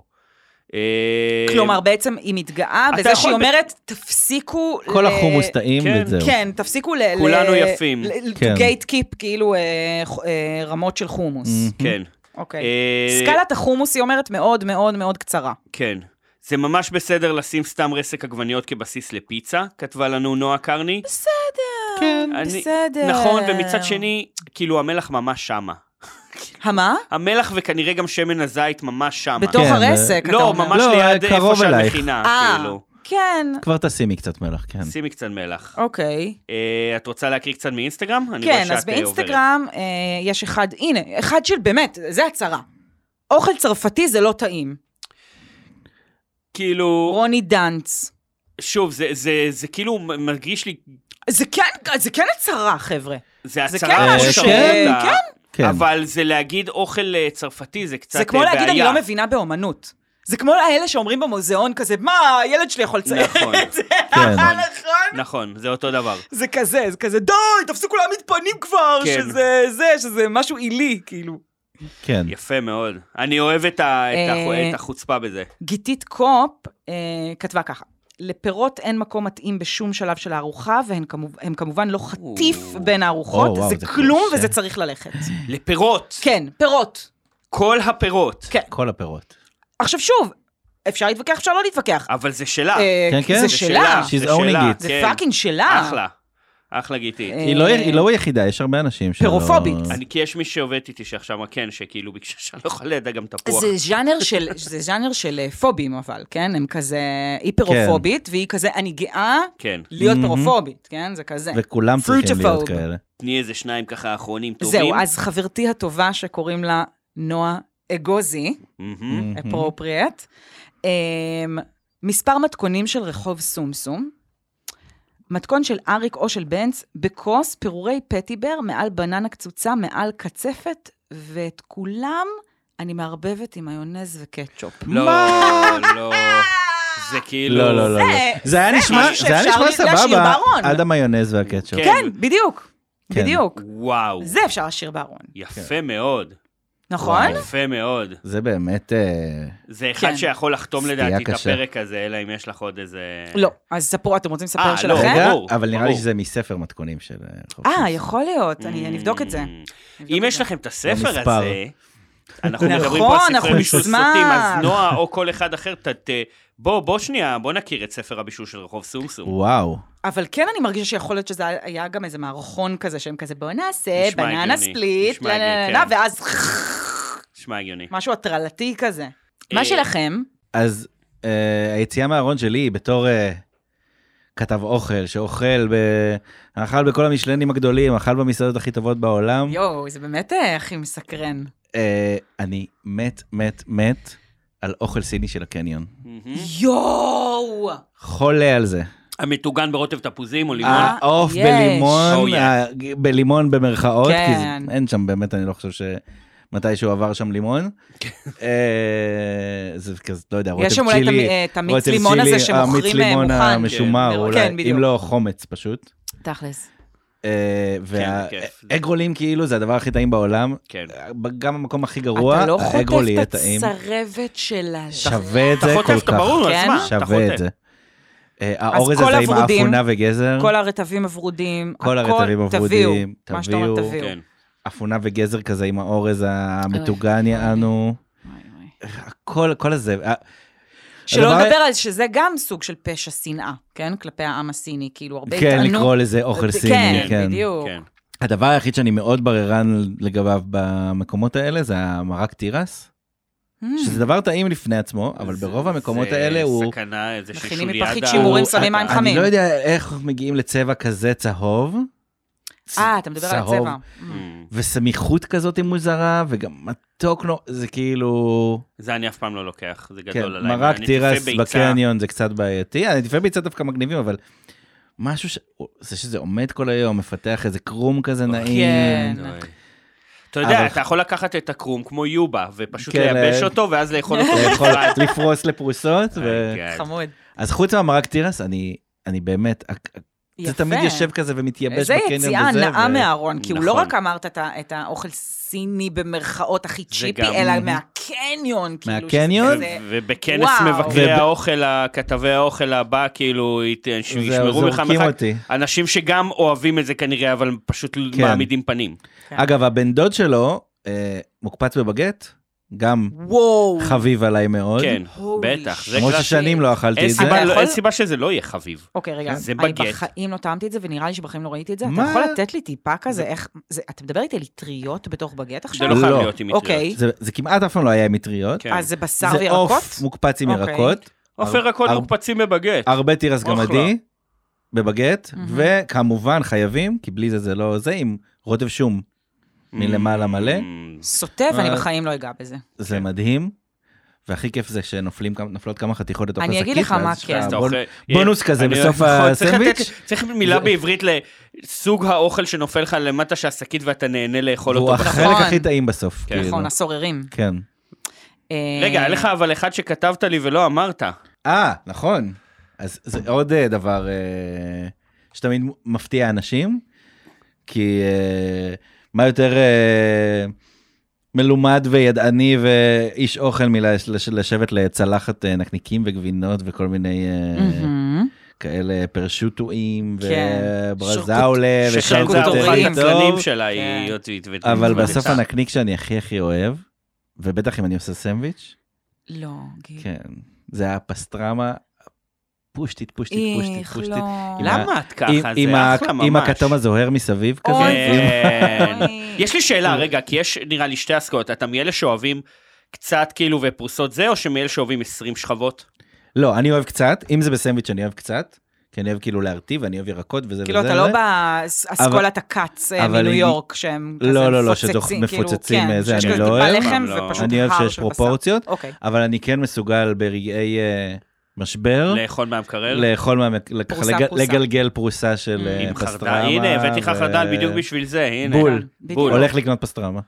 A: אה,
B: כלומר, בעצם היא מתגאה
A: אתה
B: בזה
A: יכול
B: שהיא
A: ב-
B: אומרת, תפסיקו...
C: כל
B: ל-
C: החומוס טעים
A: כן,
C: וזהו.
B: כן, תפסיקו ל...
A: כולנו
B: ל-
A: יפים.
C: כן.
B: גייט קיפ, כאילו אה, ח- אה, רמות של חומוס.
C: Mm.
A: כן.
B: אוקיי.
A: אה,
B: סקלת החומוס, היא אומרת, מאוד מאוד מאוד קצרה.
A: כן. זה ממש בסדר לשים סתם רסק עגבניות כבסיס לפיצה, כתבה לנו נועה קרני.
B: כן,
A: אני-
B: בסדר.
A: נכון, ומצד שני, כאילו המלח ממש שמה.
B: המה?
A: המלח וכנראה גם שמן הזית ממש שמה.
B: בתוך
C: כן,
B: הרסק. אתה
A: לא,
B: אומר.
A: ממש
C: לא,
A: ליד איפה
C: קרוב אלייך.
A: שהמכינה,
B: אה,
A: כאילו.
B: כן.
C: כבר תשימי קצת מלח, כן.
A: שימי קצת מלח.
B: אוקיי.
A: אה, את רוצה להקריא קצת מאינסטגרם? אני רואה
B: כן, אז
A: שאת, אה,
B: באינסטגרם אה, יש אחד, הנה, אחד של באמת, זה הצהרה. אוכל צרפתי זה לא טעים.
A: עוברת. כאילו,
B: רוני דנץ.
A: שוב, זה- זה- זה כאילו מרגיש לי,
B: זה כן, זה כן הצהרה, חבר'ה.
A: זה
B: זה
A: הצהרה.
B: כן
C: משהו
A: לשנות
C: כן,
A: אותה,
C: כן.
A: אבל זה להגיד אוכל אה, צרפתי זה קצת
B: זה
A: אה,
B: כמו
A: בעיה.
B: להגיד, אני לא מבינה באומנות. זה כמו האלה שאומרים במוזיאון כזה, מה, הילד שלי יכול לצייר
A: נכון.
B: את זה,
C: כן.
B: נכון?
A: נכון, זה אותו דבר.
B: זה כזה, זה כזה, די, תפסיקו להעמיד פנים כבר,
A: כן.
B: שזה זה, שזה משהו עילי, כאילו.
C: כן.
A: יפה מאוד. אני אוהב את ה- את ה-
B: אה,
A: את החוצפה בזה.
B: גיתית קופ אה, כתבה ככה, לפירות אין מקום מתאים בשום שלב של הארוחה, והן כמוב, הם כמובן לא חטיף
A: או.
B: בין הארוחות,
C: או, וואו,
B: זה,
C: זה
B: כלום
C: קשה.
B: וזה צריך ללכת.
A: לפירות,
B: כן, פירות.
A: כל הפירות.
B: כן.
C: כל הפירות.
B: עכשיו שוב, אפשר להתווכח, אפשר לא להתווכח.
A: אבל זה שלה.
B: אה,
C: כן, כן.
B: זה
A: זה
B: שלה,
C: She's
A: זה
C: owning
A: שלה,
C: it.
B: זה
A: כן.
B: פאקינג שלה.
A: אחלה. אחלה גיטית.
B: אה,
C: היא לא- היא לא היחידה, יש הרבה אנשים שלא...
B: פירופובית.
A: אני, כי יש מי שעובדת איתי שעכשיו, כן, שכאילו ביקשה שאני לא יכול לידע גם תפוח.
B: זה ז'אנר של, זה ז'אנר של אה, פובים אבל, כן? הם כזה היפרופובית, והיא כזה, אני גאה
A: כן.
B: להיות
C: מהמם.
B: פרופובית, כן? זה כזה.
C: וכולם צריכים להיות
B: Fruitophobe.
C: כאלה.
A: תני איזה שניים ככה אחרונים טובים.
B: זהו, אז חברתי הטובה שקוראים לה נועה אגוזי,
A: Mm-hmm. מהמם.
C: Mm-hmm.
B: אפרופריאט, אמ, מספר מתכונים של רחוב סומסום, מתכון של אריק או של בנץ, בכוס פירורי פטיבר מעל בננה קצוצה, מעל קצפת, ואת כולם אני מערבבת עם מיונז וקטשופ.
A: לא, לא. זה כאילו...
C: לא, לא, לא. לא. זה היה נשמע,
B: משהו
C: זה היה
B: שאפשר
C: נשמע
B: להשאיר
C: סבבה,
B: בארון.
C: עד המיונז והקטשופ.
A: כן.
B: כן, בדיוק,
C: כן.
B: בדיוק.
A: וואו.
B: זה אפשר להשאיר בארון,
A: יפה מאוד.
B: נכון?
A: יפה מאוד.
C: זה באמת... אה,
A: זה אחד
B: כן.
A: שיכול לחתום
C: סטייה
A: לדעתי את
C: קשה.
A: הפרק הזה, אלא אם יש לך עוד איזה...
B: לא, אז ספרו, אתם רוצים
A: אה,
B: לספר
A: לא,
B: שלכם?
C: רגע,
A: ברור,
C: אבל נראה לי
A: ברור.
C: שזה מספר מתכונים של... אה, רחוב
B: אה,
C: סוס.
B: יכול להיות, אני אני אבדוק את זה.
C: Mm.
A: אמ, אם יש לכם את הספר
C: המספר.
A: הזה, אנחנו מדברים פה
B: נכון,
A: על ספרי
B: אנחנו
A: בישול
B: נשמח.
A: סוטים, אז נועה או כל אחד אחר, ת- ת- בוא, בוא שנייה, בוא נכיר את ספר הבישול של רחוב סומסום.
C: וואו.
B: אבל כן אני מרגישה שיכול להיות שזה היה גם איזה מערכון כזה, שהם כזה, בוא נעשה
A: נשמע
B: בננה
A: הגיוני,
B: ספליט,
A: נשמע
B: לה, לה,
A: הגיוני,
B: לה, לה,
A: כן.
B: ואז
A: נשמע הגיוני.
B: משהו הטרלתי כזה.
A: אה,
B: מה שלכם?
C: אז אה, היציאה מהארון שלי היא בתור אה, כתב אוכל, שאוכל ב... אכל בכל המשלנים הגדולים, אכל במסעדות הכי טובות בעולם.
B: יואו, זה באמת אה, הכי מסקרן.
C: אה, אני מת, מת, מת על אוכל סיני של הקניון.
A: מהמם.
B: יואו!
C: חולה על זה.
A: המטוגן ברוטב תפוזים או לימון.
B: אה,
C: העוף
B: יש.
A: Oh,
C: בלימון,
A: yeah.
C: ה- בלימון במרכאות, כי זה-
B: כן.
C: אין שם באמת, אני לא חושב שמתישהו עבר שם לימון. אה, זה כזה, לא יודע, רוטב צ'ילי.
B: יש שם אולי את המ- אה, את המיץ
C: רוטב
B: לימון הזה
C: צ'ילי,
B: שמוכרים,
C: המיץ
B: אה,
C: לימון
B: מוכן.
C: המשומר,
B: כן,
C: אולי,
B: כן,
C: אם
B: בדיוק.
C: לא חומץ פשוט.
B: תכלס. כן,
A: כיף.
C: והאגרולים כאילו זה הדבר הכי טעים בעולם,
A: כן.
C: גם המקום הכי גרוע,
B: אתה לא
C: האגרול יהיה
B: חוטף את
C: טעים.
B: הצרבת של ה...
C: שווה את
A: אתה
C: זה כל
A: חוטף,
C: כך.
A: אתה ברור,
B: כן?
A: אז מה? אתה
C: שווה
A: חוטף.
C: את זה. אה, האורז
B: כל
C: הזה עם
B: הוורודים,
C: האפונה וגזר,
B: כל הרטבים הוורודים,
C: כל
B: הכל-
C: הרטבים
B: תביאו,
C: הוורודים,
B: מה שאתה אומר,
C: תביאו.
B: תביאו.
A: כן.
C: אפונה וגזר כזה עם האורז המטוגן
B: אה,
C: יענו,
B: וואי, וואי.
C: הכל, כל הזה. אה,
B: שלא
C: הדבר-
B: לדבר על שזה גם סוג של פשע שנאה, כן? כלפי העם הסיני, כאילו הרבה
C: כן,
B: התענו-
C: לקרוא לזה אוכל סיני,
B: כן,
C: כן.
B: בדיוק.
A: כן.
C: הדבר היחיד שאני מאוד בררן לגביו במקומות האלה זה המרק תירס,
B: Mm. Hmm.
C: שזה דבר טעים לפני עצמו, אבל ברוב המקומות האלה הוא...
A: זה סכנה, איזה
B: מכינים
A: שישוליאדה.
B: מפחית שימורים,
C: הוא-
B: שמים מים
C: אני-
B: חמים.
C: אני לא יודע איך מגיעים לצבע כזה צהוב.
B: אה, אתה מדבר על
C: צהוב,
B: הצבע. Hmm.
A: Mm.
C: וסמיכות כזאת מוזרה, וגם מתוק לא, זה כאילו...
A: זה אני אף פעם לא לוקח, זה
C: כן,
A: גדול עליי.
C: מרק
A: אני
C: תירס
A: צופה ביצה.
C: בקניון זה קצת בעייתי. עדיפי ביצה דווקא מגניבים, אבל משהו ש... זה שזה עומד כל היום, מפתח איזה קרום כזה נעים.
B: כן.
A: אוי. אתה יודע,
C: אבל-
A: אתה יכול לקחת את הקרום כמו יובה, ופשוט
C: כן,
A: לייבש
C: אה,
A: אותו, ואז לאכול אותו
C: יכול
A: בנפרד.
C: לפרוס לפרוסות. ו...
A: אה, כן.
B: חמוד.
C: אז חוץ מהמרק תירס, אני... אני באמת,
B: יפה.
C: זה תמיד יושב כזה ומתייבש
B: זה
C: בקניון וזה.
B: יציאה נאה
C: ו-
B: מהארון, כי הוא לא
A: נכון.
B: רק אמרת את ה- את האוכל סיני במרכאות הכי צ'יפי,
A: גם-
B: אלא מהקניון. כאילו, שזה
C: מהקניון?
B: כזה-
A: ו- ובכנס
B: וואו.
A: מבקרי
C: וב-
A: האוכל, כתבי האוכל הבא, כאילו, ית- שישמרו
C: זהו,
A: בך
C: זורקים
A: מחק.
C: אותי.
A: אנשים שגם אוהבים את זה כנראה, אבל פשוט
C: כן.
A: מעמידים פנים.
B: כן.
C: אגב, הבן דוד שלו, אה, מוקפץ בבגט, גם
B: וואו.
C: חביב עליי מאוד.
A: כן,
B: Holy
A: בטח. זה
B: shit.
C: למרות
A: קלאסי.
C: ששנים לא אכלתי
A: אין
C: את זה.
A: סיבה
B: אתה
A: לא-
B: יכול-
A: אין סיבה שזה לא יהיה חביב.
B: אוקיי, רגע,
A: זה
B: אני
A: בגט.
B: בחיים לא טעמתי את זה, ונראה לי שבחיים לא ראיתי את זה. אתה
C: מה?
B: יכול לתת לי טיפה כזה, איך... זה- אתה מדבר איתי על אטריות בתוך בגט
A: זה
B: עכשיו?
A: לא חייב
C: לא.
A: להיות עם מטריות.
B: אוקיי,
C: זה, זה כמעט אף פעם לא היה עם מטריות.
A: כן.
B: אז זה בשר
C: זה
B: וירקות?
C: עוף מוקפץ עם
B: אוקיי.
C: ירקות,
A: עוף ירקות
C: אר-
A: מוקפצים בבגט.
C: הרבה תירס
A: אחלה.
C: גמדי בבגט,
B: מהמם.
C: וכמובן חייבים, כי בלי זה זה לא זה, עם רוטב שום מלמעלה מלא.
A: Mm,
B: סוטה, ואני
C: אה,
B: בחיים לא אגע בזה.
C: זה מדהים. והכי כיף זה שנופלות כמה חתיכות לתוך השקית.
B: אני אגיד לך
C: ואז
B: מה
C: יש לך
B: כן.
A: אז אתה
C: בונ-
A: אוכל-
C: בונוס כזה
A: אני-
C: בסוף
A: נכון, צריך
C: הסנדוויץ'.
A: לתת- צריך מילה
C: זה-
A: בעברית לסוג האוכל שנופל לך למטה שהשקית ואתה נהנה לאכול
C: הוא
A: אותו.
C: החלק
B: נכון.
C: הכי טעים בסוף.
A: כן.
C: כאילו.
B: נכון, הסוררים.
C: כן.
B: אה,
A: רגע, היה לך אבל אחד שכתבת לי ולא אמרת.
C: אה, נכון. אז זה עוד אה, דבר אה, שתמיד מפתיע אנשים, כי אה, מה יותר אה, מלומד וידעני ואיש אוכל מלשבת לצלחת אה, נקניקים וגבינות וכל מיני אה,
B: מהמם.
C: כאלה פרשוטואים
B: כן.
C: וברזאולה
B: שרקוט-
A: שכן
B: ושרקוטורי.
A: זה
B: שרקוטורים.
A: ארוחת הצללים שלה,
B: כן.
A: היא יוצאת.
C: אה, אבל בסוף הנקניק שאני הכי הכי אוהב, ובטח אם אני עושה סנדוויץ',
B: לא, גיל.
C: כן, זה הפסטרמה, פושטית, פושטית, פושטית,
B: איך
C: פושטית.
B: לא.
C: עם ה-
A: למה את ככה?
C: עם- עם
A: זה
C: ה-
A: אחלה ממש.
C: עם הכתום הזוהר מסביב
B: אוי,
C: כזה.
B: זה-
A: כן.
B: אוי.
A: יש לי שאלה, רגע, כי יש נראה לי שתי הסקאות. אתה מאלה שאוהבים קצת כאילו ופרוסות זה, או שמאלה שאוהבים 20 שכבות?
C: לא, אני אוהב קצת, אם זה בסנדוויץ' אני אוהב קצת, כי אני אוהב כאילו להרטיב, אני אוהב ירקות וזה וזה.
B: כאילו, אתה לא
C: וזה.
B: באסכולת הכץ אה,
C: אבל
B: מניו
C: היא-
B: יורק, שהם כזה
C: לא, לא, לא,
B: מפוצצים,
C: שדוח-
B: כאילו,
C: מפוצצים,
B: כן,
C: אה, זה
B: שיש
A: אני
B: כזה
A: לא
B: טיפה
A: אוהב.
B: לחם
A: לא.
B: ופשוט
C: אני אוהב
B: הר
C: שיש
B: של בשר.
C: פרופורציות,
B: אוקיי.
C: אבל אני כן מסוגל ברגעי אה, משבר,
A: לאכול מהמקרר?
C: לאכול, מה- לק-
B: פרוסה,
C: לג-
B: פרוסה.
C: לגלגל פרוסה של אה,
A: עם חרדל.
C: פסטרמה.
A: הנה, הבאתי לך
C: ו-
A: חרדל בדיוק בשביל זה, הנה.
C: בול.
B: בדיוק.
A: בול.
C: הולך לקנות פסטרמה.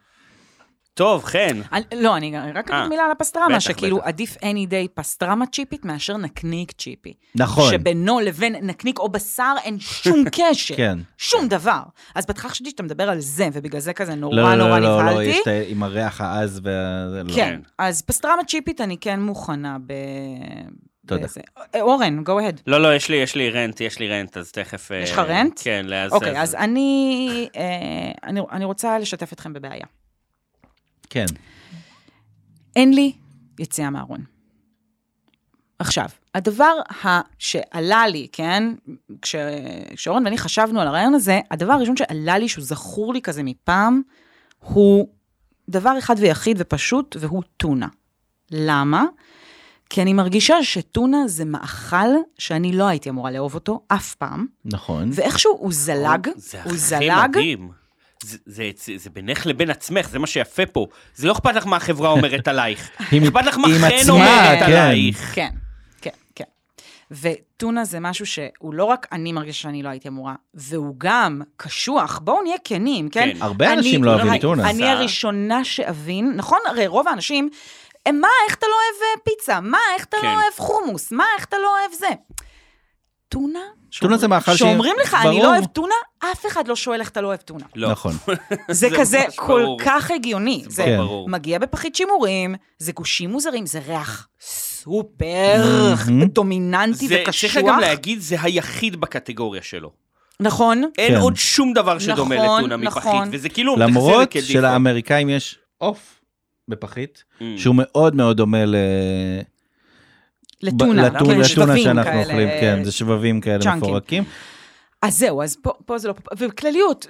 A: טוב, חן.
B: אני- לא, אני גם- רק
A: אה,
B: אגיד מילה על הפסטרמה,
A: בטח,
B: שכאילו
A: בטח.
B: עדיף any day פסטרמה צ'יפית מאשר נקניק צ'יפי.
C: נכון.
B: שבינו לבין נקניק או בשר אין שום קשר.
C: כן.
B: שום דבר. אז בהתחלה חשבתי שאתה מדבר על זה, ובגלל זה כזה נורא
C: לא,
B: נורא
C: לא, לא, לא,
B: נבהלתי.
C: יש את ה- עם הריח העז וה... זה לא.
B: כן, אז פסטרמה צ'יפית אני כן מוכנה ב...
C: תודה.
B: בזה. אה, אורן, go ahead.
A: לא, לא, יש לי, יש לי רנט, יש לי רנט, אז תכף...
B: יש
A: אה,
B: לך רנט?
A: כן, אז...
B: אוקיי, אז אני, אה, אני, אני רוצה לשתף אתכם בבעיה.
C: כן.
B: אין לי יציאה מהארון. עכשיו, הדבר ה... שעלה לי, כן, כש... כשאורן ואני חשבנו על הרעיון הזה, הדבר הראשון שעלה לי, שהוא זכור לי כזה מפעם, הוא דבר אחד ויחיד ופשוט, והוא טונה. למה? כי אני מרגישה שטונה זה מאכל שאני לא הייתי אמורה לאהוב אותו אף פעם,
C: נכון.
B: ואיכשהו הוא זלג,
A: זה
B: הוא
A: הכי
B: זלג,
A: מדהים. זה, זה, זה, זה בינך לבין עצמך, זה מה שיפה פה. זה לא אכפת לך מה החברה אומרת עלייך.
C: עם-
A: אכפת לך מה
C: עם
A: חן
C: עצמה,
A: אומרת
C: כן.
A: עלייך.
B: כן, כן, כן. וטונה זה משהו שהוא לא רק אני מרגישה שאני לא הייתי אמורה, והוא גם קשוח, בואו נהיה כנים, כן?
A: כן.
C: הרבה
B: אני-
C: אנשים לא אוהבים
B: אני-
C: טונה.
B: אני הראשונה שאבין, נכון? הרי רוב האנשים, "אה, מה, איך אתה לא אוהב אה, פיצה? מה, איך אתה
A: כן.
B: לא אוהב חומוס? מה, איך אתה לא אוהב זה? טונה?
C: טונה זה מאכל ש-
B: שאומרים לך, אני
C: ברור.
B: לא אוהב טונה, אף אחד לא שואל איך אתה לא אוהב טונה.
A: לא.
C: נכון.
B: זה
A: זה
B: כזה
A: ממש
B: כל
A: ברור.
B: כך הגיוני.
A: זה
B: זה
C: כן.
A: ברור.
B: מגיע בפחית שימורים, זה גושים מוזרים, זה ריח סופר
C: מהמם.
B: דומיננטי
A: זה,
B: וקשוח.
A: צריך גם להגיד, זה היחיד בקטגוריה שלו.
B: נכון,
A: אין
C: כן.
A: עוד שום דבר שדומה
B: נכון,
A: לטונה מפחית,
B: נכון.
A: וזה כאילו... מתייחס לזה
C: למרות
A: כדיפולט.
C: שלאמריקאים יש עוף בפחית,
A: Mm.
C: שהוא מאוד מאוד דומה ל-
B: לטונה,
C: ב- לטונה-
B: כן,
C: לטונה
B: שבבים
C: שאנחנו
B: כאלה.
C: אוכלים, כן, זה שבבים כאלה
B: צ'אנקים.
C: מפורקים.
B: אז זהו, אז פה, פה זה לא... ובכלליות,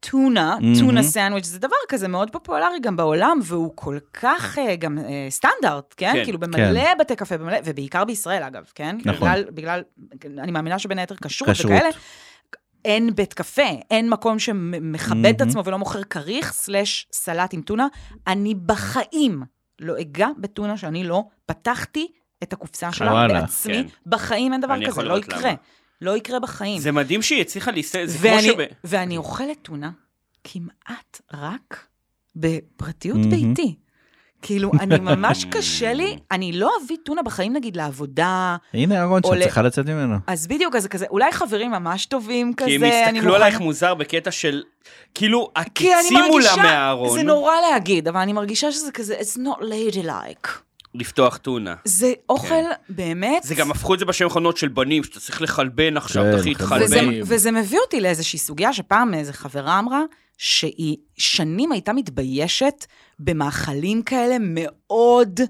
B: טונה,
C: Mhm.
B: טונה סנדוויץ', זה דבר כזה מאוד פופולרי גם בעולם, והוא כל כך אה, גם אה, סטנדרט, כן?
A: כן,
B: כאילו במלא
C: כן.
B: בתי קפה, במלא, ובעיקר בישראל אגב, כן?
C: נכון.
B: בגלל, בגלל, אני מאמינה שבין היתר כשרות
C: כשרות.
B: וכאלה. אין בית קפה, אין מקום שמכבד את
C: Mhm.
B: עצמו ולא מוכר כריך, סלש סלט עם טונה. אני בחיים לא אגע בטונה שאני לא פתחתי את הקופסה שלה
C: וואלה.
B: בעצמי.
A: כן.
B: בחיים
A: אני
B: אין דבר
A: יכול
B: כזה, לא
A: לראות
B: יקרה.
A: למה.
B: לא יקרה בחיים.
F: זה מדהים שהיא הצליחה להסתכל, זה כמו
B: ואני,
F: שב...
B: ואני אוכלת טונה כמעט רק בפרטיות
C: מהמם.
B: ביתי. כאילו, אני ממש קשה לי, אני לא אביא טונה בחיים, נגיד, לעבודה,
C: הנה אהרון שאת
B: עולה-
C: צריכה לצאת ממנו.
B: אז בדיוק, אז זה כזה, אולי חברים ממש טובים כזה,
F: כי
B: אני
F: הם
B: מוכנה...
F: הסתכלו עלייך מוזר בקטע של, כאילו,
B: כי אני
F: הקיצימו לה
B: מרגישה-
F: מהארון
B: זה נורא להגיד, אבל אני מרגישה שזה כזה, it's not ladylike.
F: לפתוח טונה.
B: זה אוכל, באמת...
A: זה גם הפכו את זה בשם חונות של בנים, שאתה צריך לחלבן עכשיו,
C: כן,
A: תחי
C: חבר'ה.
B: וזה,
A: תחלבן.
B: וזה מביא אותי לאיזושהי סוגיה שפעם איזו חברה אמרה, שהיא שנים הייתה מתביישת במאכלים כאלה מאוד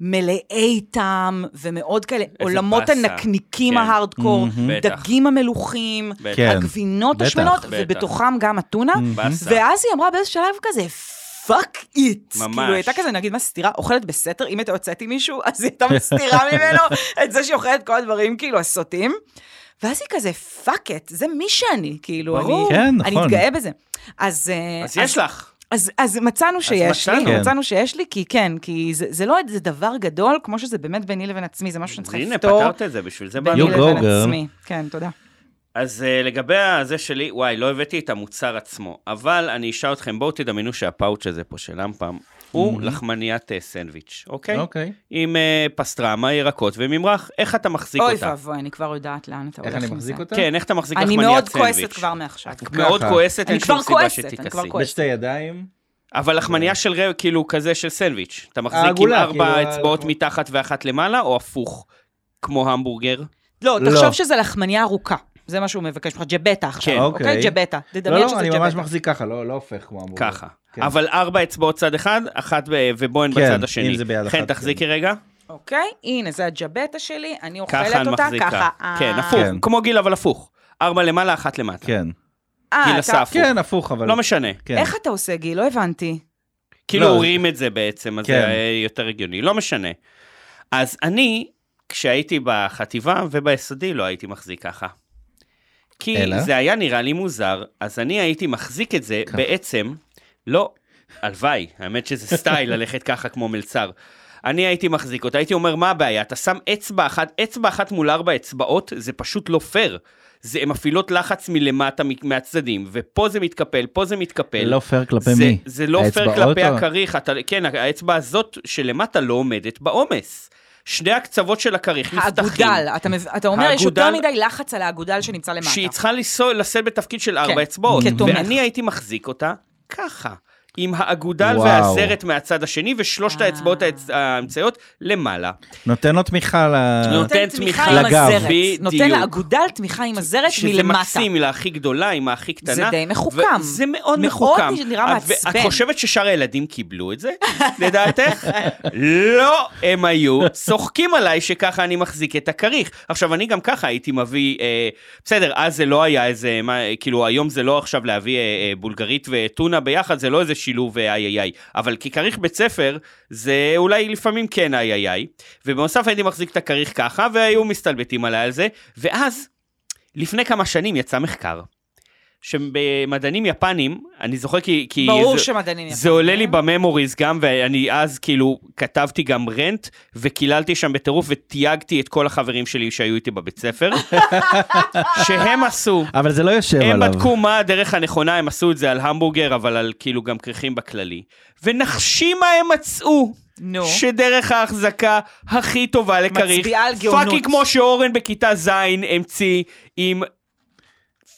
B: מלאי טעם ומאוד כאלה, עולמות
F: באסה.
B: הנקניקים
F: כן.
B: ההארדקור,
C: מהמם.
F: בטח.
B: דגים המלוכים,
F: בטח.
C: כן.
B: הגבינות
C: בטח, Mhm.
B: השמנות,
F: בטח.
B: ובתוכם גם הטונה,
F: באסה.
B: ואז היא אמרה באיזשהו שלב כזה, פאק איט.
F: ממש.
B: כאילו, היא הייתה כזה, נגיד, מסתירה, אוכלת בסתר, אם הייתה יוצאת עם מישהו, אז היא הייתה מסתירה ממנו את זה שהיא אוכלת כל הדברים, כאילו, הסוטים. ואז היא כזה, פאק את, זה מי שאני, כאילו,
C: ברור.
B: אני,
C: כן,
B: אני
C: נכון.
B: מתגאה בזה. אז, אה,
F: אז יש לך.
B: אז, אז מצאנו שיש לי,
F: מצאנו.
C: כן.
B: מצאנו שיש לי, כי כן, כי זה, זה לא איזה דבר גדול, כמו שזה באמת ביני לבין עצמי, זה משהו שאני
A: אז
B: צריכה
A: הנה,
B: לפתור
A: פתרת את זה, בשביל זה
B: ביני
A: באנו.
C: You go,
B: לבין
C: girl.
B: עצמי. כן, תודה.
A: אז אה, לגבי הזה שלי, וואי, לא הבאתי את המוצר עצמו, אבל אני אשאל אתכם, בואו תדמיינו שהפאוץ' הזה פה של אמפם,
B: Mm-hmm.
A: הוא לחמניית אה, סנדוויץ', אוקיי?
C: אוקיי.
A: עם אה, פסטרמה, ירקות וממרח, איך אתה מחזיק
B: אוי
A: אותה?
B: ואבוי, אני כבר יודעת לאן אתה הולך
C: איך
B: עם
C: אני
B: זה.
C: מחזיק אותה?
A: כן, איך אתה מחזיק
B: אני
A: לחמניית סנדוויץ'?
B: מאוד כועסת כבר מעכשיו.
A: את מאוד
C: ככה.
A: כועסת, אין
B: אני
A: שום
B: כבר
A: סיבה
B: כועסת, אני כבר
A: שתכעסי.
B: כועסת.
C: בשתי ידיים.
A: אבל לחמנייה של רב, כאילו כזה של סנדוויץ'. אתה מחזיק עם
C: כן. העגולה,
A: ארבע
C: כאילו,
A: אצבעות
C: כמו-
A: מתחת ואחת למעלה, או הפוך? כמו המבורגר?
B: לא,
C: לא.
B: תחשוב שזה לחמניה ארוכה. זה מה שהוא מבקש ממך, ג'בטה
A: כן,
B: עכשיו, אוקיי?
C: אוקיי.
B: ג'בטה.
C: לא,
B: תדמיין
C: לא,
B: שזה
C: אני ממש
B: ג'בטה.
C: מחזיק ככה, לא לא הופך כמו אמור.
A: ככה.
C: כן.
A: אבל ארבע אצבעות צד אחד, אחת ב- ובוהן
C: כן,
A: בצד השני.
C: אם זה ביד
A: חן,
C: אחת, כן.
A: תחזיקי רגע.
B: אוקיי, הנה, זה הג'בטה שלי, אני
A: ככה
B: אוכלת
A: אני
B: אותה,
A: מחזיקה.
B: ככה.
A: כן,
B: אה.
A: הפוך,
C: כן.
A: כמו גיל אבל הפוך. ארבע למעלה, אחת למטה.
C: כן.
B: אה,
A: גיל
B: אתה-
A: אסף.
C: כן, הפוך, אבל...
A: לא משנה.
C: כן.
B: איך אתה עושה, גיל? לא הבנתי.
A: כאילו
C: לא,
A: הורים את זה בעצם, אז
C: כן.
A: זה היה יותר הגיוני, לא משנה. אז אני, כשהייתי בחטיבה וביסודי, לא הייתי מחזיק ככה. כי
C: אלא? כן.
A: זה היה נראה לי מוזר, אז אני הייתי מחזיק את זה
C: ככה.
A: בעצם, לא, הלוואי, האמת שזה סטייל ללכת ככה כמו מלצר. אני הייתי מחזיק אותה, הייתי אומר, מה הבעיה? אתה שם אצבע אחת, אצבע אחת מול ארבע אצבעות, זה פשוט לא פייר. זה, הן מפעילות לחץ מלמטה, מ- מהצדדים, ופה זה מתקפל, פה זה מתקפל.
C: לא פייר כלפי
A: זה,
C: מי?
A: זה לא פייר
C: האצבעות
A: כלפי
C: או-
A: הכריך, אתה, כן, האצבע הזאת שלמטה לא עומדת בעומס. שני הקצוות של הכריך נפתחים.
B: האגודל, אתה מב- אתה אומר, יש יותר
A: האגודל-
B: מדי לחץ על האגודל שנמצא למטה.
A: שהיא צריכה לנסוע- לשאת בתפקיד של ארבע
B: כן,
A: אצבעות.
B: כתומך.
A: ואני הייתי מחזיק אותה ככה, עם האגודל
C: וואו.
A: והזרת מהצד השני, ושלושת
B: אה.
A: האצבעות האצ- האמצעיות למעלה.
C: נותן לו תמיכה ל...
A: נותן
B: נותן
A: תמיכה
B: תמיכה עם
C: לגב.
B: הזרת.
A: בדיוק.
B: נותן לאגודל תמיכה עם הזרת
A: שזה
B: מלמטה.
A: מקסים, להכי גדולה עם הכי קטנה.
B: זה די מחוכם.
A: זה מאוד
B: מאוד
A: מחוכם.
B: נראה
A: את- ואת
B: מעצבן.
A: חושבת ששאר הילדים קיבלו את זה, לדעתך? לא, הם היו צוחקים עליי שככה אני מחזיק את הכריך. עכשיו, אני גם ככה הייתי מביא, אה, בסדר, אז זה לא היה איזה, מה, כאילו, היום זה לא עכשיו להביא אה, אה, בולגרית וטונה ביחד, זה לא איזה שילוב אה, איי איי איי. אבל ככריך בית ספר, זה אולי לפעמים כן איי איי איי. ובנוסף הייתי מחזיק את הכריך ככה, והיו מסתלבטים עליי על זה, ואז... לפני כמה שנים יצא מחקר, שמדענים יפנים, אני זוכר כי... כי
B: ברור
A: זה,
B: שמדענים יפים.
A: זה עולה לי בממוריז גם, ואני אז כאילו כתבתי גם רנט, וקיללתי שם בטירוף, ותייגתי את כל החברים שלי שהיו איתי בבית ספר, שהם עשו...
C: אבל זה לא יושב
A: הם
C: עליו.
A: בדקו מה הדרך הנכונה, הם עשו את זה על המבורגר, אבל על כאילו גם כריכים בכללי. ונחשי מה הם מצאו.
B: נו.
A: שדרך ההחזקה הכי טובה לכריך.
B: מצביעה על גאונות.
A: פאקינג כמו שאורן בכיתה ז' המציא עם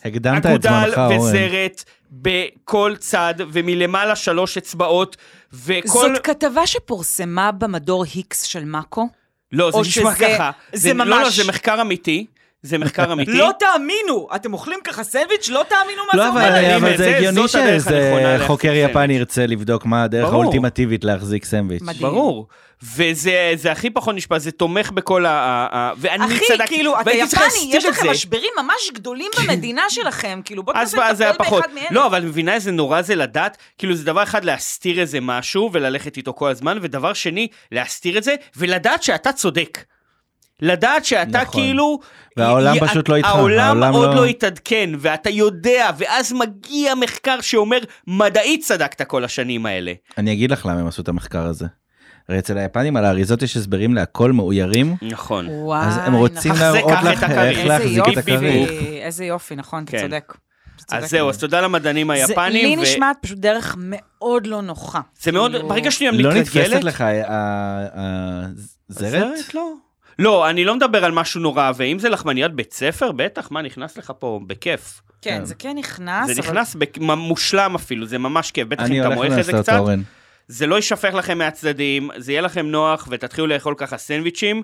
C: הקדמת את
A: אגודל
C: זמנך, אורן.
A: וזרת בכל צד, ומלמעלה שלוש אצבעות, וכל...
B: זאת כתבה שפורסמה במדור היקס של מאקו.
A: לא, זה
B: או
A: נשמע
B: שזה-
A: ככה.
B: זה
A: לא, לא,
B: ממש-
A: זה מחקר אמיתי. זה מחקר אמיתי.
B: לא תאמינו! אתם אוכלים ככה סנדוויץ'? לא תאמינו מה זה
C: לא, אבל,
B: אומר.
A: הנה, זה-
C: אבל זה הגיוני
A: זאת הדרך הנכונה
C: שאיזה
A: להחזיק
C: חוקר
A: סנדוויץ'.
C: יפני ירצה לבדוק מה הדרך
A: ברור.
C: האולטימטיבית להחזיק סנדוויץ'.
B: מדהים.
A: ברור. וזה זה הכי פחות נשפט, זה תומך בכל ה... ה- ה- ואני צדקתי.
B: אחי, כאילו, אתה
A: והייתי צריך
B: יפני, יש
A: להסתיר את
B: לכם
A: זה.
B: משברים ממש גדולים במדינה שלכם, כאילו, בוא
A: אז
B: תנסה
A: זה היה
B: לטפל
A: פחות.
B: באחד מאלה.
A: לא, אבל את מבינה איזה נורא זה לדעת, כאילו זה דבר אחד להסתיר איזה משהו וללכת איתו כל הזמן, ודבר שני, להסתיר את זה ולדעת שאתה צודק. לדעת שאתה
C: נכון.
A: כאילו...
C: והעולם
A: י-
C: פשוט לא איתך,
A: העולם
C: העולם
A: עוד
C: לא-
A: לא התעדכן, ואתה יודע, ואז מגיע מחקר שאומר, מדעית צדקת כל השנים האלה.
C: אני אגיד לך למה הם עשו את המחקר הזה. הרי אצל היפנים על האריזות יש הסברים להכל מאוירים,
A: נכון.
B: וואי,
C: אז הם רוצים
B: נכון.
A: לה-
C: להראות
A: קח
C: לך
A: את הכרית.
C: איך
B: איזה
C: להחזיק את
B: יופי,
C: הכרית.
B: איזה יופי, נכון, אתה
A: כן.
B: צודק. אתה צודק.
A: אז זהו, אז תודה למדענים
B: זה-
A: היפנים.
B: לי
A: ו-
B: נשמעת פשוט דרך מאוד לא נוחה.
A: זה מאוד,
B: כאילו-
A: ברגע שהיא
C: לא
A: מתרגלת...
C: נתפסת לך אה, הזרת?
A: זרת? לא. לא, אני לא מדבר על משהו נורא, ואם זה לחמניית בית ספר, בטח, מה נכנס לך פה? בכיף.
B: כן, זה כן נכנס,
A: זה
B: אבל-
A: נכנס בכ- מ- מושלם אפילו, זה ממש כיף, בטח
C: אני
A: אם אתה
C: הולך
A: מועך את זה
C: לנסות,
A: קצת.
C: אורן.
A: זה לא יישפך לכם מהצדדים, זה יהיה לכם נוח, ותתחילו לאכול ככה סנדוויצ'ים.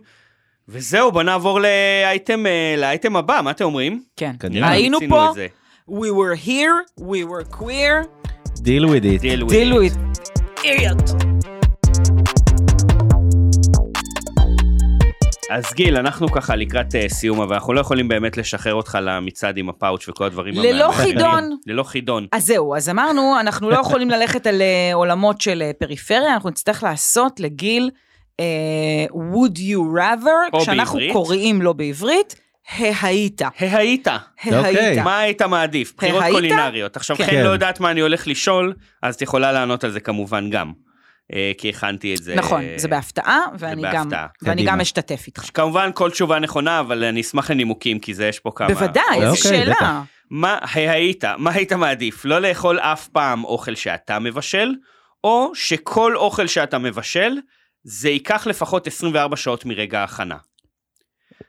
A: וזהו, בוא נעבור לאייטם, אה, לאייטם הבא, מה אתם אומרים?
B: כן.
C: קדימה.
B: היינו
A: מיצינו
B: פה,
A: את זה.
B: we were here, we were queer,
C: deal with it.
A: deal with
B: deal
A: it.
B: with idiot.
A: אז גיל, אנחנו ככה לקראת אה, סיום, אבל אנחנו לא יכולים באמת לשחרר אותך למצעד עם הפאוץ' וכל הדברים
B: ללא
A: המעניינים.
B: חידון.
A: ללא חידון.
B: אז זהו, אז אמרנו, אנחנו לא יכולים ללכת על אה, עולמות של אה, פריפריה, אנחנו נצטרך לעשות לגיל אה, would you rather,
A: או
B: כשאנחנו
A: בעברית.
B: קוראים לו בעברית, ההיית.
A: ההיית.
C: אוקיי.
B: ההיית.
A: מה היית מעדיף? בחירות
B: כן. היית?
A: קולינריות. עכשיו,
B: כן.
A: חן
C: כן.
A: לא יודעת מה אני הולך לשאול, אז את יכולה לענות על זה כמובן גם. אה, כי הכנתי את זה.
B: נכון,
A: אה,
B: זה בהפתעה, ואני גם-
A: בהפתעה.
B: ואני
C: קדימה.
B: גם אשתתף איתך.
A: כמובן כל תשובה נכונה, אבל אני אשמח לנימוקים, כי זה יש פה כמה...
B: בוודאי, איזה
C: אוקיי, בטח.
B: שאלה.
A: מה היית? מה היית מעדיף? לא לאכול אף פעם אוכל שאתה מבשל, או שכל אוכל שאתה מבשל, זה ייקח לפחות 24 שעות מרגע ההכנה.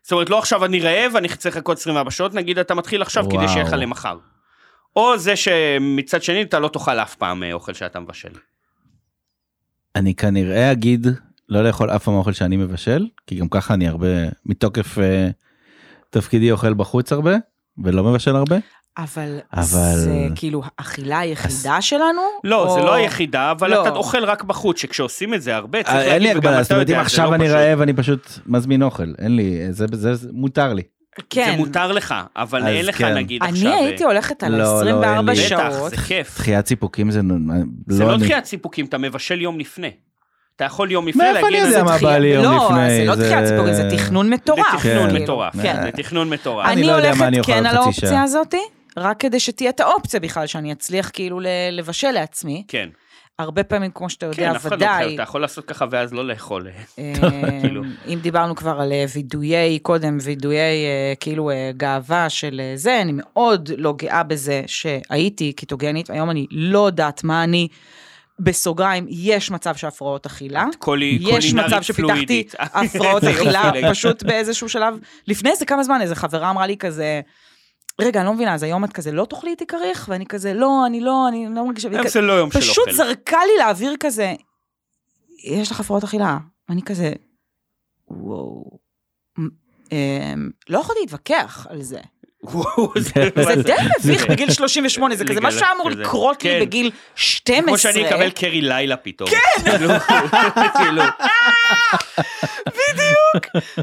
A: זאת אומרת, לא עכשיו אני רעב, אני צריך לחכות 24 שעות, נגיד אתה מתחיל עכשיו וואו. כדי
C: וואו.
A: שיהיה לך למחר. או זה שמצד שני אתה לא תאכל אף פעם אה, אוכל שאתה מבשל.
C: אני כנראה אגיד לא לאכול אף פעם אוכל שאני מבשל, כי גם ככה אני הרבה, מתוקף אה, תפקידי אוכל בחוץ הרבה, ולא מבשל הרבה.
B: אבל,
C: אבל-
B: זה כאילו האכילה היחידה שלנו?
A: לא, או...
B: או-
A: זה לא היחידה, אבל
B: לא.
A: לא. אתה אוכל רק בחוץ, שכשעושים את זה הרבה, צריך
C: אה, אין לי
A: להגיד, וגם
C: הגבלה, זאת
A: אתה
C: אומרת אם
A: יודע, זה לא
C: עכשיו אני
A: פשוט.
C: רעב אני פשוט מזמין אוכל, אין לי, אה, זה- זה זה- מותר לי.
B: כן.
A: זה מותר לך, אבל
C: אז
A: אין לך
C: כן.
A: נגיד עכשיו...
B: אני
A: אה,
B: הייתי הולכת על
C: לא, לא, אין
B: 24
C: לי.
B: שעות.
A: בטח, זה כיף.
C: דחיית סיפוקים זה, נו-
A: זה לא
C: אני-
A: דחיית סיפוקים, אתה מבשל יום לפני. אתה יכול יום לפני
C: מאיפה
A: להגיד...
C: אני יודע
A: כאילו "זה
C: מה בא לי יום
B: לא,
C: לפני?
B: זה לא דחיית סיפורים, זה תכנון מטורף.
A: זה תכנון
C: כן.
A: מטורף,
C: כן.
A: זה תכנון מטורף.
C: אני
B: אני
C: לא יודע מה אני
B: הולכת
C: אוכל
B: כן
C: עוד
B: על
C: חצי שעה.
B: האופציה הזאתי, רק כדי שתהיה את האופציה בכלל, שאני אצליח כאילו ל- לבשל לעצמי.
A: כן,
B: הרבה פעמים, כמו שאתה יודע,
A: כן, אף אחד לא אוכל,
B: ודאי,
A: אתה יכול לעשות ככה ואז לא לאכול.
B: אה,
A: כאילו.
B: אם דיברנו כבר על אה, וידויי, קודם וידויי אה, כאילו אה, גאווה של אה, זה, אני מאוד לא גאה בזה שהייתי קיטוגנית, היום אני לא יודעת מה אני, בסוגריים, יש מצב שהפרעות אכילה.
A: קולי-
B: יש
A: קולינרית
B: מצב שפיתחתי
A: פלואידית.
B: הפרעות
A: זה לא יופי
B: אכילה
A: להגיד.
B: פשוט באיזשהו שלב. לפני איזה כמה זמן איזה חברה אמרה לי כזה, רגע, אני לא מבינה, אז היום את כזה לא תאכלי איתי כריך? ואני כזה, לא, אני לא, אני לא מרגישה... והיא
A: היום זה
B: כזה-
A: לא יום של
B: פשוט
A: אוכל.
B: זרקה לי לאוויר כזה, יש לך הפרעות אכילה. אני כזה, וואו. אמ, אמ, לא יכולתי להתווכח על זה.
A: וואו, זה-
B: זה די מביך
A: זה-
B: בגיל 38, זה כזה מה
A: לגלות,
B: שהיה אמור
A: כזה.
B: לקרות לי
A: כן.
B: בגיל 12.
A: כמו שאני אקבל קרי לילה פתאום. כן! כאילו,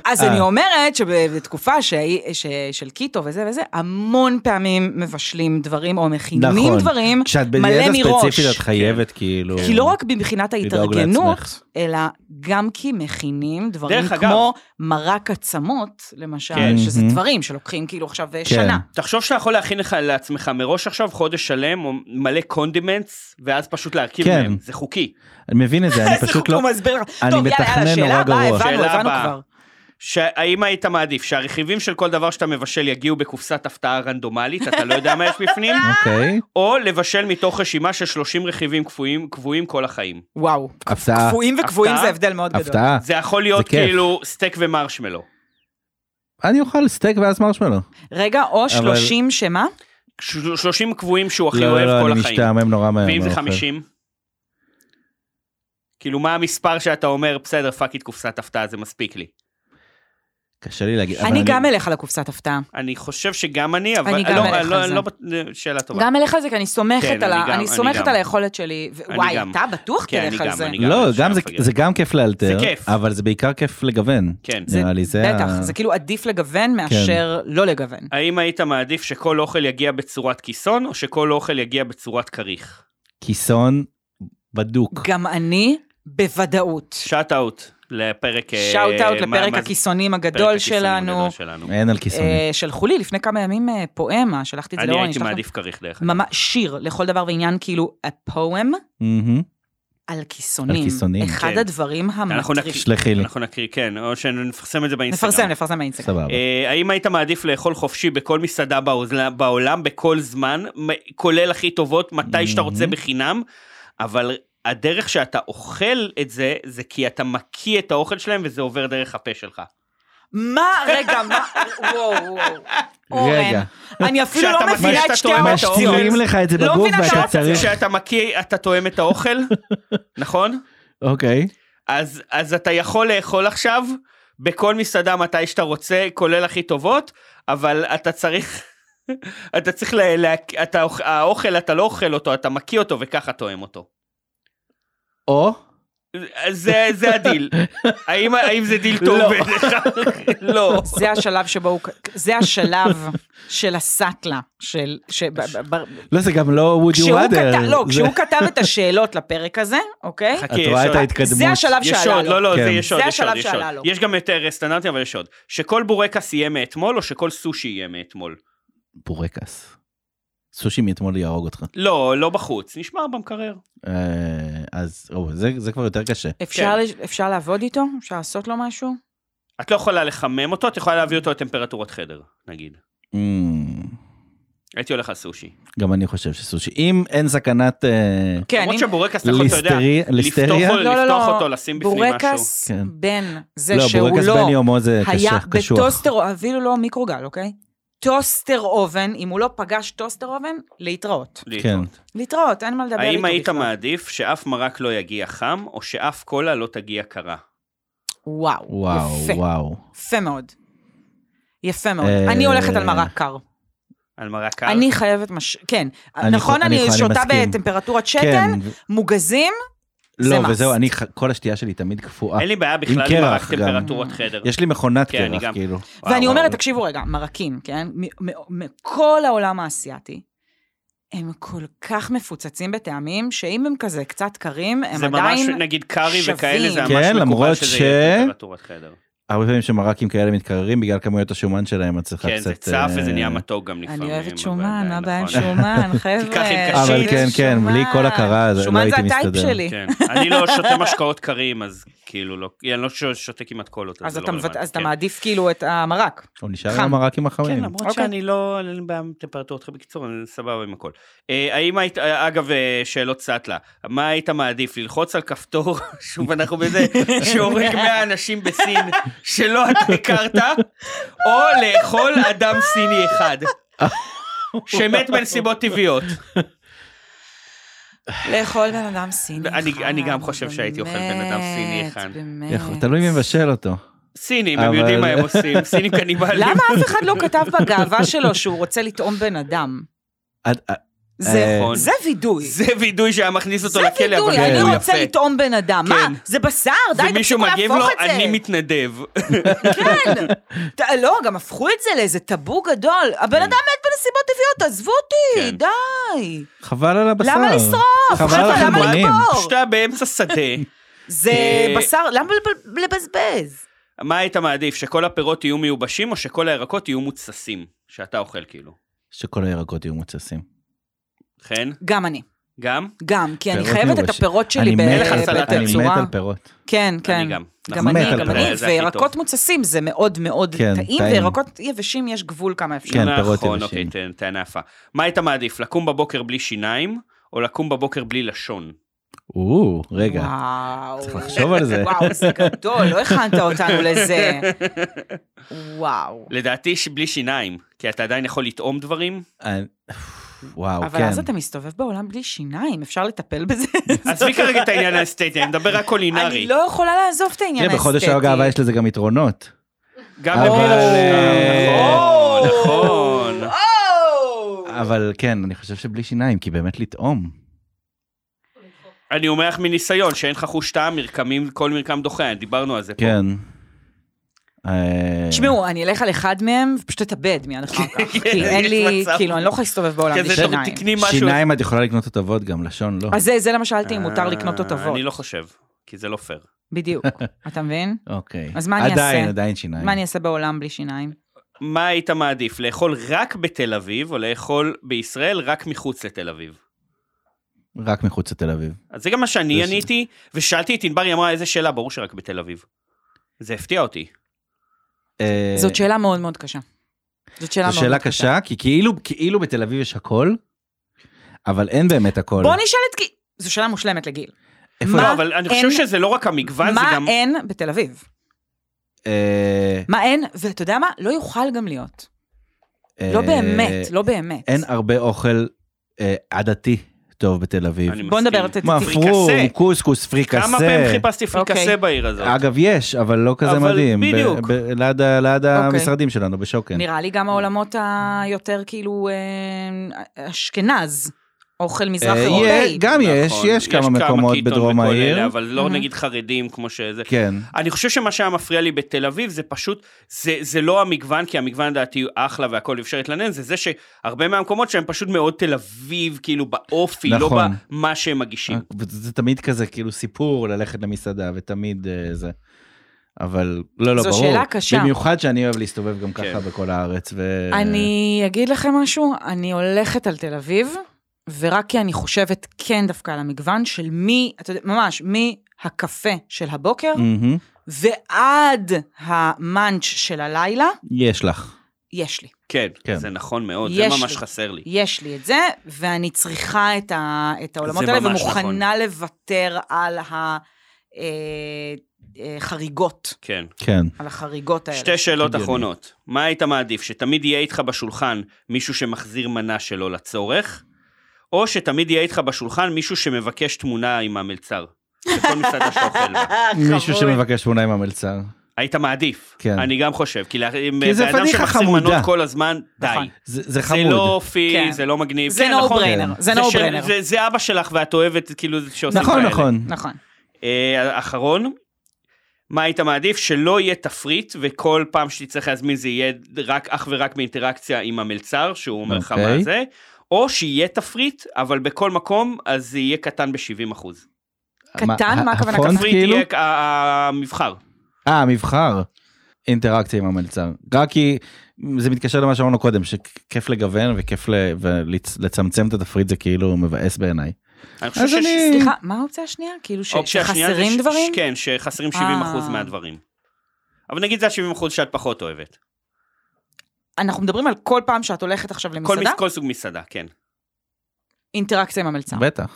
B: אז
A: אה.
B: אני אומרת שבתקופה שהי- ש- של קיטו וזה וזה, המון פעמים מבשלים דברים או מכינים
C: נכון.
B: דברים
C: כשאת
B: מלא
C: בדיאטה
B: מראש.
C: ספציפית את חייבת כאילו...
B: כי לא רק מבחינת
C: לדאוג
B: ההתארגנות,
C: לעצמך.
B: אלא גם כי מכינים דברים
A: דרך אגב.
B: כמו מרק עצמות, למשל,
A: כן.
B: שזה
C: מהמם. כן,
B: דברים שלוקחים כאילו עכשיו שנה.
A: תחשוב שאתה יכול להכין לך לעצמך מראש עכשיו חודש שלם, או מלא קונדימנטס, ואז פשוט להרכיב
C: כן.
A: מהם, זה חוקי.
C: אני מבין את זה, אני
B: איזה
C: פשוט
B: חוק
C: לא...
B: הוא מסביר לך.
C: אני
B: טוב, יאללה,
C: מתכנן
B: יאללה,
C: נורא
B: שאלה הבאה,
C: גרוע.
B: הבנו,
A: שאלה
B: הבנו
A: הבאה.
B: כבר.
A: שהאם היית מעדיף שהרכיבים של כל דבר שאתה מבשל יגיעו בקופסת הפתעה רנדומלית, אתה לא יודע מה יש בפנים,
C: אוקיי,
A: או לבשל מתוך רשימה של 30 רכיבים קבועים, קבועים כל החיים.
C: אה,
B: וואו.
C: הפתעה,
B: קפואים וקבועים
A: הפתעה?
B: זה הבדל מאוד גדול.
C: הפתעה.
A: זה יכול להיות
C: זה כיף.
A: כאילו סטייק ומרשמלו.
C: אני אוכל סטייק ואז מרשמלו.
B: רגע, או 30 שמה?
A: ש- 30 קבועים שהוא הכי
C: לא,
A: אוהב
C: לא,
A: כל
C: אני לא
A: החיים.
C: משתעמם נורא מהר.
A: ואם זה
C: מהאוכל.
A: 50? כאילו מה המספר שאתה אומר, בסדר, פאק איט קופסת הפתעה, זה מספיק לי.
C: קשה לי להגיד. אבל
B: אני גם אלך על הקופסת הפתעה.
A: אני חושב שגם אני, אבל...
B: אני גם
A: לא,
B: אלך
A: לא,
B: על זה.
A: לא בט- שאלה טובה.
B: גם אלך על זה, כי אני סומכת
A: כן,
B: על
A: אני
B: ה-
A: גם-
B: אני
A: אני
B: סומכת
A: גם.
B: על היכולת שלי. ו-
A: אני
B: וואי,
A: גם.
B: אתה בטוח
A: כן, אני
B: תלך על
A: גם,
B: זה.
A: אני
C: לא,
A: שאלה
C: גם זה-
A: מפגרת.
C: זה גם כיף לאלתר,
A: זה כיף.
C: אבל זה בעיקר כיף לגוון.
A: כן.
B: זה-
C: נראה לי, זה
B: בטח,
C: ה- כן.
B: זה כאילו עדיף לגוון מאשר לא לגוון.
A: האם היית מעדיף שכל אוכל יגיע בצורת כיסון, או שכל אוכל יגיע בצורת כריך?
C: כיסון בדוק.
B: גם אני, בוודאות.
A: שאט אאוט לפרק... אה,
B: שאוט אאוט
A: מה-
B: לפרק
A: מה זה-
B: הכיסונים
A: פרק
B: הגדול
A: הכיסונים
B: שלנו.
A: הגדול שלנו.
C: אין על כיסון.
B: אה, שלחו לי לפני כמה ימים אה, פואמה, שלחתי את זה
A: אני
B: לאורן.
A: הייתי
B: אשלח לך.
A: מעדיף כריך דרך אגב.
B: ממש שיר לכל דבר ועניין, כאילו, a poem
C: מהמם.
B: על כיסונים.
C: על כיסונים.
B: אחד
A: כן.
B: הדברים
A: אנחנו
B: המטריפים.
A: נקריא,
C: שלחי לי.
A: אנחנו נקריא, כן, או שנפרסם את זה באינסטגרם.
B: נפרסם, נפרסם באינסטגרם.
C: סבבה.
A: אה, האם היית מעדיף לאכול חופשי בכל מסעדה בעולם- בעולם, בכל זמן, מ- כולל הכי טובות, מתי שאתה רוצה
C: Mhm.
A: בחינם, אבל הדרך שאתה אוכל את זה, זה כי אתה מקיא את האוכל שלהם וזה עובר דרך הפה שלך.
B: מה, רגע, מה, וואו, וואו.
C: רגע.
B: אורן, אני אפילו לא
A: כשאתה
B: מבינה
A: מרגיש
B: את
A: שאתה
B: שתי
A: טועם
B: האופציות.
A: אתה אוכל.
C: משתילים לך את זה
B: לא
C: בגוף
B: מבינה את
C: ואתה
B: האופציה.
C: צריך...
A: כשאתה מקיא, אתה תואם את האוכל, נכון?
C: אוקיי.
A: אז, אז אתה יכול לאכול עכשיו בכל מסעדה מתי שאתה רוצה, כולל הכי טובות, אבל אתה צריך... אתה צריך ל... לה, אתה, אוכ- האוכל, אתה לא אוכל אותו, אתה מקיא אותו וככה תואם אותו.
C: או...
A: זה, זה הדיל. האם, האם זה דיל טוב
C: לא.
A: בעיניך? לא.
B: זה השלב שבו הוא, זה השלב של הסאטלה, של, שב, ב, ב,
C: לא, זה גם לא would you
B: כשהוא כתב,
C: rather.
B: לא,
C: זה-
B: כשהוא כתב את השאלות לפרק הזה, אוקיי?
A: חכה,
C: את
A: יש
C: רואה את
A: עוד.
C: ההתקדמות.
B: זה השלב
A: יש
B: שעלה
A: עוד,
B: לו.
A: לא, לא,
C: כן.
A: זה יש
B: זה
A: עוד, יש עוד,
B: השלב
A: יש
B: שעלה
A: עוד.
B: לו.
A: יש גם יותר סטנדרטי, אבל יש עוד. שכל בורקס יהיה מאתמול, או שכל סושי יהיה מאתמול.
C: בורקס. סושי מאתמול יהרוג אותך.
A: לא, לא בחוץ, נשמר במקרר.
C: אה, אז או, זה זה כבר יותר קשה.
B: אפשר
A: כן.
B: לש- אפשר לעבוד איתו? אפשר לעשות לו משהו?
A: את לא יכולה לחמם אותו, את יכולה להביא אותו לטמפרטורת חדר, נגיד.
C: אמ,
A: הייתי הולך על סושי.
C: גם אני חושב שסושי. אם אין סכנת... אה,
B: כן,
A: למרות
B: אם-
A: שבורקס, אתה יכול, אתה יודע,
C: ליסטרי-
A: לפתוח
C: ליסטריה?
A: או-
B: לא, לא,
A: לפתוח
B: לא.
A: אותו, לשים בפנים משהו.
B: בורקס
C: כן.
B: בן זה
C: לא,
B: שהוא
C: בורקס
B: לא
C: בן יומו זה
B: היה
C: קשוח. קשוח.
B: בטוסטר, אפילו לא מיקרוגל, אוקיי? טוסטר אובן, אם הוא לא פגש טוסטר אובן, להתראות.
C: כן.
A: להתראות.
B: להתראות, אין מה לדבר איתו
A: האם
B: בכלל.
A: היית מעדיף שאף מרק לא יגיע חם, או שאף קולה לא תגיע קרה?
B: וואו,
C: וואו,
B: יפה,
C: וואו.
B: יפה מאוד. יפה מאוד.
C: אה,
B: אני הולכת על מרק קר.
A: על מרק קר?
B: אני חייבת, מש- כן.
C: אני
B: נכון,
C: חו- אני
B: אני
C: חו- אני
B: שותה
C: מסכים.
B: בטמפרטורת
C: כן,
B: שתן, מוגזים, זה
C: לא,
B: must.
C: וזהו, אני, ח- כל השתייה שלי תמיד קפואה.
A: אין לי בעיה בכלל עם
C: קרח
A: מרק
C: כן, גם.
A: טמפרטורת חדר.
C: יש לי מכונת
A: כן, אני
C: קרח,
A: גם.
C: כאילו.
A: וואו,
B: ואני
A: וואו.
B: אומרת, תקשיבו רגע, מרקים, כן? מ- מ- מכל העולם האסיאתי, הם כל כך מפוצצים בטעמים, שאם הם כזה קצת קרים, הם
A: זה ממש,
B: עדיין...
A: נגיד קארי
B: שווים.
A: וכאלה, זה ממש
C: כן,
A: מקובל
C: למרות
A: שזה
C: ש-
A: יהיה טמפרטורת חדר.
C: הרבה פעמים שמרקים כאלה מתקררים בגלל כמויות השומן שלהם, את צריכה
A: כן,
C: קצת...
A: זה צף וזה
C: אה,
A: נהיה מתוק גם לפעמים.
B: אני אוהבת
A: אבל
B: שומן, מה הבעיה עם
A: נכון.
B: שומן, חבר'ה?
A: תיקח עם קשים.
C: אבל
A: שיש
C: כן, כן,
B: שומן.
C: בלי כל הכרה, זה- לא
B: שומן זה
C: הייתי מסתדר.
B: הטייפ שלי.
A: כן, אני לא שותה משקאות קרים, אז כאילו לא, אני לא ש- שותה כמעט קולות, אז
B: אז
A: זה לא
B: אתה מבט-
A: רלוונטי.
B: אז אתה
A: כן.
B: מעדיף כאילו את המרק.
C: הוא נשאר
B: חם.
C: עם המרקים החמים.
A: כן, למרות
B: אוקיי.
A: שאני לא, אין לי בעיה עם טמפרטורות, בקיצור, אני סבבה עם הכל. אה, האם היית, אה, אגב, אה, שאלות סאטלה, מה היית מעדיף, ללחוץ על כפתור, שוב אנחנו בזה, שהורג 100 אנשים בסין שלא אתה הכרת, או לאכול אדם סיני אחד, שמת בנסיבות טבעיות.
B: לאכול בן אדם סיני
A: אני-
B: אחד.
A: אני גם חושב שהייתי אוכל בן אדם סיני
B: באמת,
A: אחד.
B: באמת.
C: יכול- תלוי מי מבשל אותו.
A: סינים, הם
C: אבל-
A: יודעים מה הם עושים, סינים קניבלים.
B: למה אף אחד לא כתב בגאווה שלו שהוא רוצה לטעום בן אדם?
C: את- את- אה,
B: זה,
A: נכון.
B: זה וידוי.
A: זה וידוי שהיה מכניס אותו
B: זה
A: לכלא, אבל
B: וידוי,
A: זה
B: אני
A: וידוי
B: רוצה
A: יפה.
B: לטעום בן אדם. מה,
A: כן.
B: זה בשר? די,
A: ומישהו
B: תפסיקו
A: מגיב
B: להפוך
A: לו,
B: את זה.
A: אני מתנדב.
B: כן. ת- לא, גם הפכו את זה לאיזה טאבו גדול. הבן אדם מת בנסיבות טבעיות, עזבו אותי,
A: כן.
B: די.
C: חבל על הבשר.
B: למה לשרוף?
C: חבל על
B: חבר'ה, למה
C: החלבונים.
B: לבור?
A: כשאתה באמצע שדה,
B: זה
A: אה,
B: בשר, למה לב- לבזבז?
A: מה היית מעדיף, שכל הפירות יהיו מיובשים או שכל הירקות יהיו מוצסים? שאתה אוכל כאילו.
C: שכל הירקות יהיו מוצסים.
A: חן?
B: גם אני.
A: גם?
B: גם, כי אני
C: פירות
B: חייבת את
C: מיובשים.
B: הפירות שלי
C: אני
B: ב-
C: מת
A: לך
C: על-
A: סלט
B: ב-
A: סלטה
C: אני מת
B: בצורה...
C: על פירות.
B: כן, כן.
A: גם. נכון.
B: גם
C: מת
B: אני,
C: על
B: גם
C: פירות.
B: אני,
A: זה הכי
B: וירקות
A: טוב.
B: מוצסים זה מאוד מאוד
C: כן,
B: טעים,
C: טעים.
B: וירקות יבשים יש גבול כמה אפשר.
C: כן, פירות
A: נכון,
C: יבשים.
A: אוקיי, ת- טענה יפה. מה היית מעדיף, לקום בבוקר בלי שיניים או לקום בבוקר בלי לשון?
C: או, רגע.
B: וואו.
C: צריך לחשוב על זה.
B: וואו, זה גדול, לא הכנת אותנו לזה. וואו.
A: לדעתי שבלי שיניים, כי אתה עדיין יכול לטעום דברים.
C: אני- אה, וואו,
B: אבל אז
C: כן.
B: אתה מסתובב בעולם בלי שיניים, אפשר לטפל בזה?
A: עזבי כרגע את העניין האסתטי, אני מדבר רק
B: אני
A: קולינרי.
B: לא יכולה לעזוב את העניין
C: תראה,
B: האסתטי.
C: בחודש הגאווה יש לזה גם יתרונות.
A: גם
C: אבל,
A: לגיל
C: אה,
A: השנה. נכון, נכון.
C: אבל כן, אני חושב שבלי שיניים, כי באמת לטעום.
A: אני אומר לך מניסיון, שאין לך חוש טעם, מרקמים, כל מרקם דוחה, דיברנו על זה פה.
C: כן. אה,
B: תשמעו, אני אלך על אחד מהם ופשוט אתאבד מיד
C: כן,
B: אחר כך. כי אין
A: יש
B: לי,
A: מצב.
B: כאילו, אני לא יכולה להסתובב בעולם בלי
A: כזה טוב,
B: שיניים.
A: תקני משהו.
C: שיניים את יכולה לקנות הטבות גם, לשון לא.
B: אז זה- זה למה שאלתי אם מותר לקנות
A: אה,
B: תותבות.
A: אני לא חושב, כי זה לא פייר.
B: בדיוק. אתה מבין?
C: אוקיי.
B: אז מה אני אעשה?
C: עדיין, עדיין שיניים.
B: מה אני אעשה בעולם בלי שיניים?
A: מה היית מעדיף, לאכול רק בתל אביב, או לאכול בישראל רק מחוץ לתל אביב?
C: רק מחוץ לתל אביב.
A: אז זה גם מה שאני
C: זה ש-
A: עניתי, ושאלתי את ענבר, היא אמרה איזה שאלה, ברור שרק בתל אביב. זה הפתיע אותי.
C: אה,
B: זאת שאלה מאוד מאוד קשה. זאת שאלה מאוד
C: זו שאלה
B: מאוד קשה.
C: קשה, כי כאילו, כאילו בתל אביב יש הכל, אבל אין באמת הכל.
B: בוא נשאל את גיל. זו שאלה מושלמת לגיל.
C: איפה-
B: מה?
A: לא, אבל אני חושב
B: אין-
A: שזה לא רק המגוון, זה
B: מה
A: גם...
B: אין בתל אביב?
C: אה,
B: מה אין, ואתה יודע מה? לא יוכל גם להיות.
C: אה,
B: לא באמת, לא באמת.
C: אין הרבה אוכל אה, עדתי טוב בתל אביב.
A: אני
B: בוא
A: מסכים.
B: נדבר על זה.
C: מה,
A: פריקסה.
C: פרום, קוסקוס, פריקסה.
A: כמה פעמים חיפשתי
B: אוקיי.
A: פריקסה בעיר הזאת?
C: אגב, יש, אבל לא כזה
A: אבל
C: מדהים. ב-
A: בדיוק.
C: ב- ליד ה- ליד
B: אוקיי.
C: המשרדים שלנו, בשוקן.
B: נראה לי גם העולמות היותר כאילו אה, אשכנז, אוכל מזרח
C: אה,
B: אירופאי.
C: יש- גם יש,
A: נכון,
C: יש כמה מקומות
A: קיטון
C: בדרום
A: וכל
C: העיר.
A: אלה, אבל לא
B: Mhm.
A: נגיד חרדים כמו שזה.
C: כן.
A: אני חושב שמה שהיה מפריע לי בתל אביב זה פשוט, זה, זה לא המגוון, כי המגוון לדעתי הוא אחלה והכל אפשר להתלנן, זה זה שהרבה מהמקומות שהם פשוט מאוד תל אביב, כאילו באופי,
C: נכון. אה,
A: לא במה שהם מגישים.
C: זה זה תמיד כזה, כאילו סיפור ללכת למסעדה, ותמיד אה, זה. אבל לא, לא,
B: זו
C: ברור.
B: שאלה קשה.
C: במיוחד שאני אוהב להסתובב גם
A: כן.
C: ככה בכל הארץ. ו-
B: אני אגיד לכם משהו, אני הולכת על תל אביב, ורק כי אני חושבת כן דווקא על המגוון של מי, אתה יודע, ממש, מהקפה של הבוקר
C: מהמם.
B: ועד המאנץ' של הלילה,
C: יש לך.
B: יש לי.
A: כן,
C: כן.
A: זה נכון מאוד, זה
B: יש
A: ממש
B: לי.
A: חסר לי.
B: יש לי את זה, ואני צריכה את, ה, את העולמות
A: זה
B: האלה,
A: ממש נכון.
B: ומוכנה לוותר על החריגות,
A: כן.
C: כן.
B: על החריגות האלה.
A: שתי שאלות
C: הגיוני.
A: אחרונות. מה היית מעדיף, שתמיד יהיה איתך בשולחן מישהו שמחזיר מנה שלו לצורך, או שתמיד יהיה איתך בשולחן מישהו שמבקש תמונה עם המלצר? בכל מסעדה שאתה אוכל בה.
C: מישהו שמבקש תמונה עם המלצר.
A: היית מעדיף.
C: כן.
A: אני גם חושב, כי, לה...
C: כי זה
A: בן אדם
C: פדיחה
A: שמחזיר
C: חמודה.
A: מנות כל הזמן, די.
B: נכון.
C: זה זה
A: זה
C: חמוד.
A: לא אופי,
B: כן.
A: זה לא מגניב.
B: זה
A: כן,
B: no
A: נכון.
B: brainer, זה no
A: של-
B: brainer.
A: זה, זה אבא שלך ואת אוהבת, כאילו, זה
B: לא
A: שעושים
C: נכון,
A: כאלה.
C: נכון.
B: נכון.
A: אה, אחרון, מה היית מעדיף? שלא יהיה תפריט, וכל פעם שתצטרך להזמין זה יהיה רק, אך ורק באינטראקציה עם המלצר, שהוא אומר לך
C: אוקיי.
A: מה זה, או שיהיה תפריט, אבל בכל מקום, אז זה יהיה קטן ב-70 אחוז.
B: קטן? מה הכוונה אה,
C: הפונט
A: תפריט
C: כאילו?
A: יהיה ה- המבחר.
C: אה, מבחר. אינטראקציה עם המלצר. רק כי זה מתקשר למה שאמרנו קודם, שכיף לגוון וכיף ל- ולצ- לצמצם את התפריט זה כאילו מבאס בעיניי.
A: אני חושב
C: אז
A: שיש...
C: אני... אוקיי.
B: סליחה, מה האופציה השנייה? כאילו ש-
A: האופציה השנייה זה ש-
B: שחסרים דברים?
A: ש- כן, שחסרים 70%
B: אה.
A: מהדברים. אבל נגיד זה ה-70% שאת פחות אוהבת.
B: אנחנו מדברים על כל פעם שאת הולכת עכשיו
A: כל,
B: למסעדה,
A: מס, כל סוג מסעדה, כן.
B: אינטראקציה עם המלצר.
C: בטח.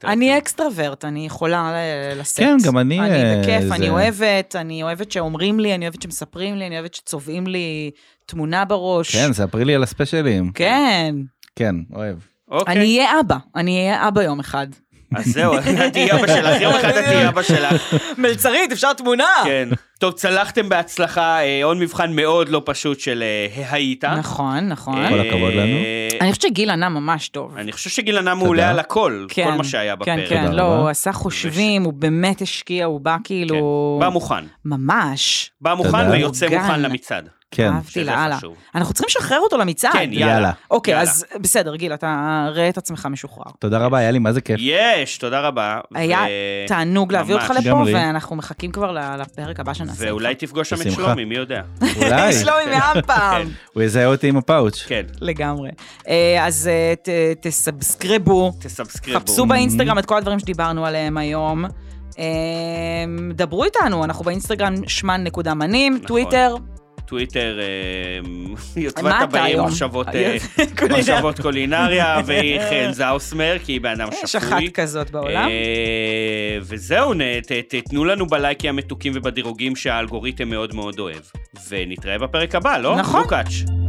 A: כן.
B: אני אקסטרוורט, אני יכולה ל- לשאת.
C: כן, גם אני, אה,
B: אני בכיף,
C: זה-
B: אני אוהבת, אני אוהבת שאומרים לי, אני אוהבת שמספרים לי, אני אוהבת שצובעים לי תמונה בראש.
C: כן, ספרי לי על הספיישלים.
B: כן.
C: כן, אוהב.
A: אוקיי,
B: אני אהיה אבא, אני אהיה אבא יום אחד.
A: אז זהו, את תהיי אבא שלך, יום אחד את תהיי אבא שלך.
B: מלצרית, אפשר תמונה?
A: כן. טוב, צלחתם בהצלחה, אה, עוד מבחן מאוד לא פשוט של אה, היית.
B: נכון, נכון.
A: אה,
C: כל הכבוד לנו.
B: אני חושבת שגיל ענה ממש טוב.
A: אני חושב שגיל ענה מעולה על הכל,
B: כן,
A: כל מה שהיה בפרק.
B: כן, כן,
C: תודה
B: לא,
C: רבה.
B: הוא עשה חושבים, הוא באמת השקיע, הוא בא
A: כן.
B: כאילו...
A: בא מוכן.
B: ממש.
A: בא מוכן
C: תודה.
A: ויוצא
B: אורגן.
A: מוכן למצעד.
C: כן.
B: אהבתי
A: שזה
B: לאללה.
A: חשוב.
B: אנחנו צריכים לשחרר אותו למצעד.
A: כן,
C: יאללה.
A: יאללה.
B: אוקיי,
A: יאללה.
B: אז בסדר, גיל, אתה ראה את עצמך משוחרר.
C: תודה רבה, היה לי מה זה כיף.
A: יש, תודה רבה.
B: היה
A: ו-
B: תענוג להביא אותך
A: ממש.
B: לפה,
C: גם לי.
B: ואנחנו מחכים כבר ל- לפרק הבא שנעשה.
A: ואולי תפגוש שם את
C: בשמחה.
A: שלומי, מי יודע.
C: אולי.
B: שלומי מהפעם.
C: הוא יזהה אותי עם הפאוץ'.
A: כן,
B: לגמרי. אה, אז אה, ת- תסבסקרבו,
A: תסאבסקריבו.
B: חפשו באינסטגרם את כל הדברים שדיברנו עליהם היום. אה, דברו איתנו, אנחנו באינסטגרם שמן נקודה מנים, טוויטר,
A: טוויטר, אה,
B: מה
A: יוצבת
B: אתה
A: הבאים,
B: היום?
A: מחשבות אה,
B: קולינריה.
A: מחשבות קולינריה, והיא חן זאוסמר, כי היא בן אדם
B: יש אחת
A: שפוי.
B: כזאת בעולם.
A: אה, וזהו, נ- ת- ת- תנו לנו בלייקים המתוקים ובדירוגים שהאלגוריתם מאוד מאוד אוהב. ונתראה בפרק הבא, לא?
B: נכון.
A: לוקאץ'.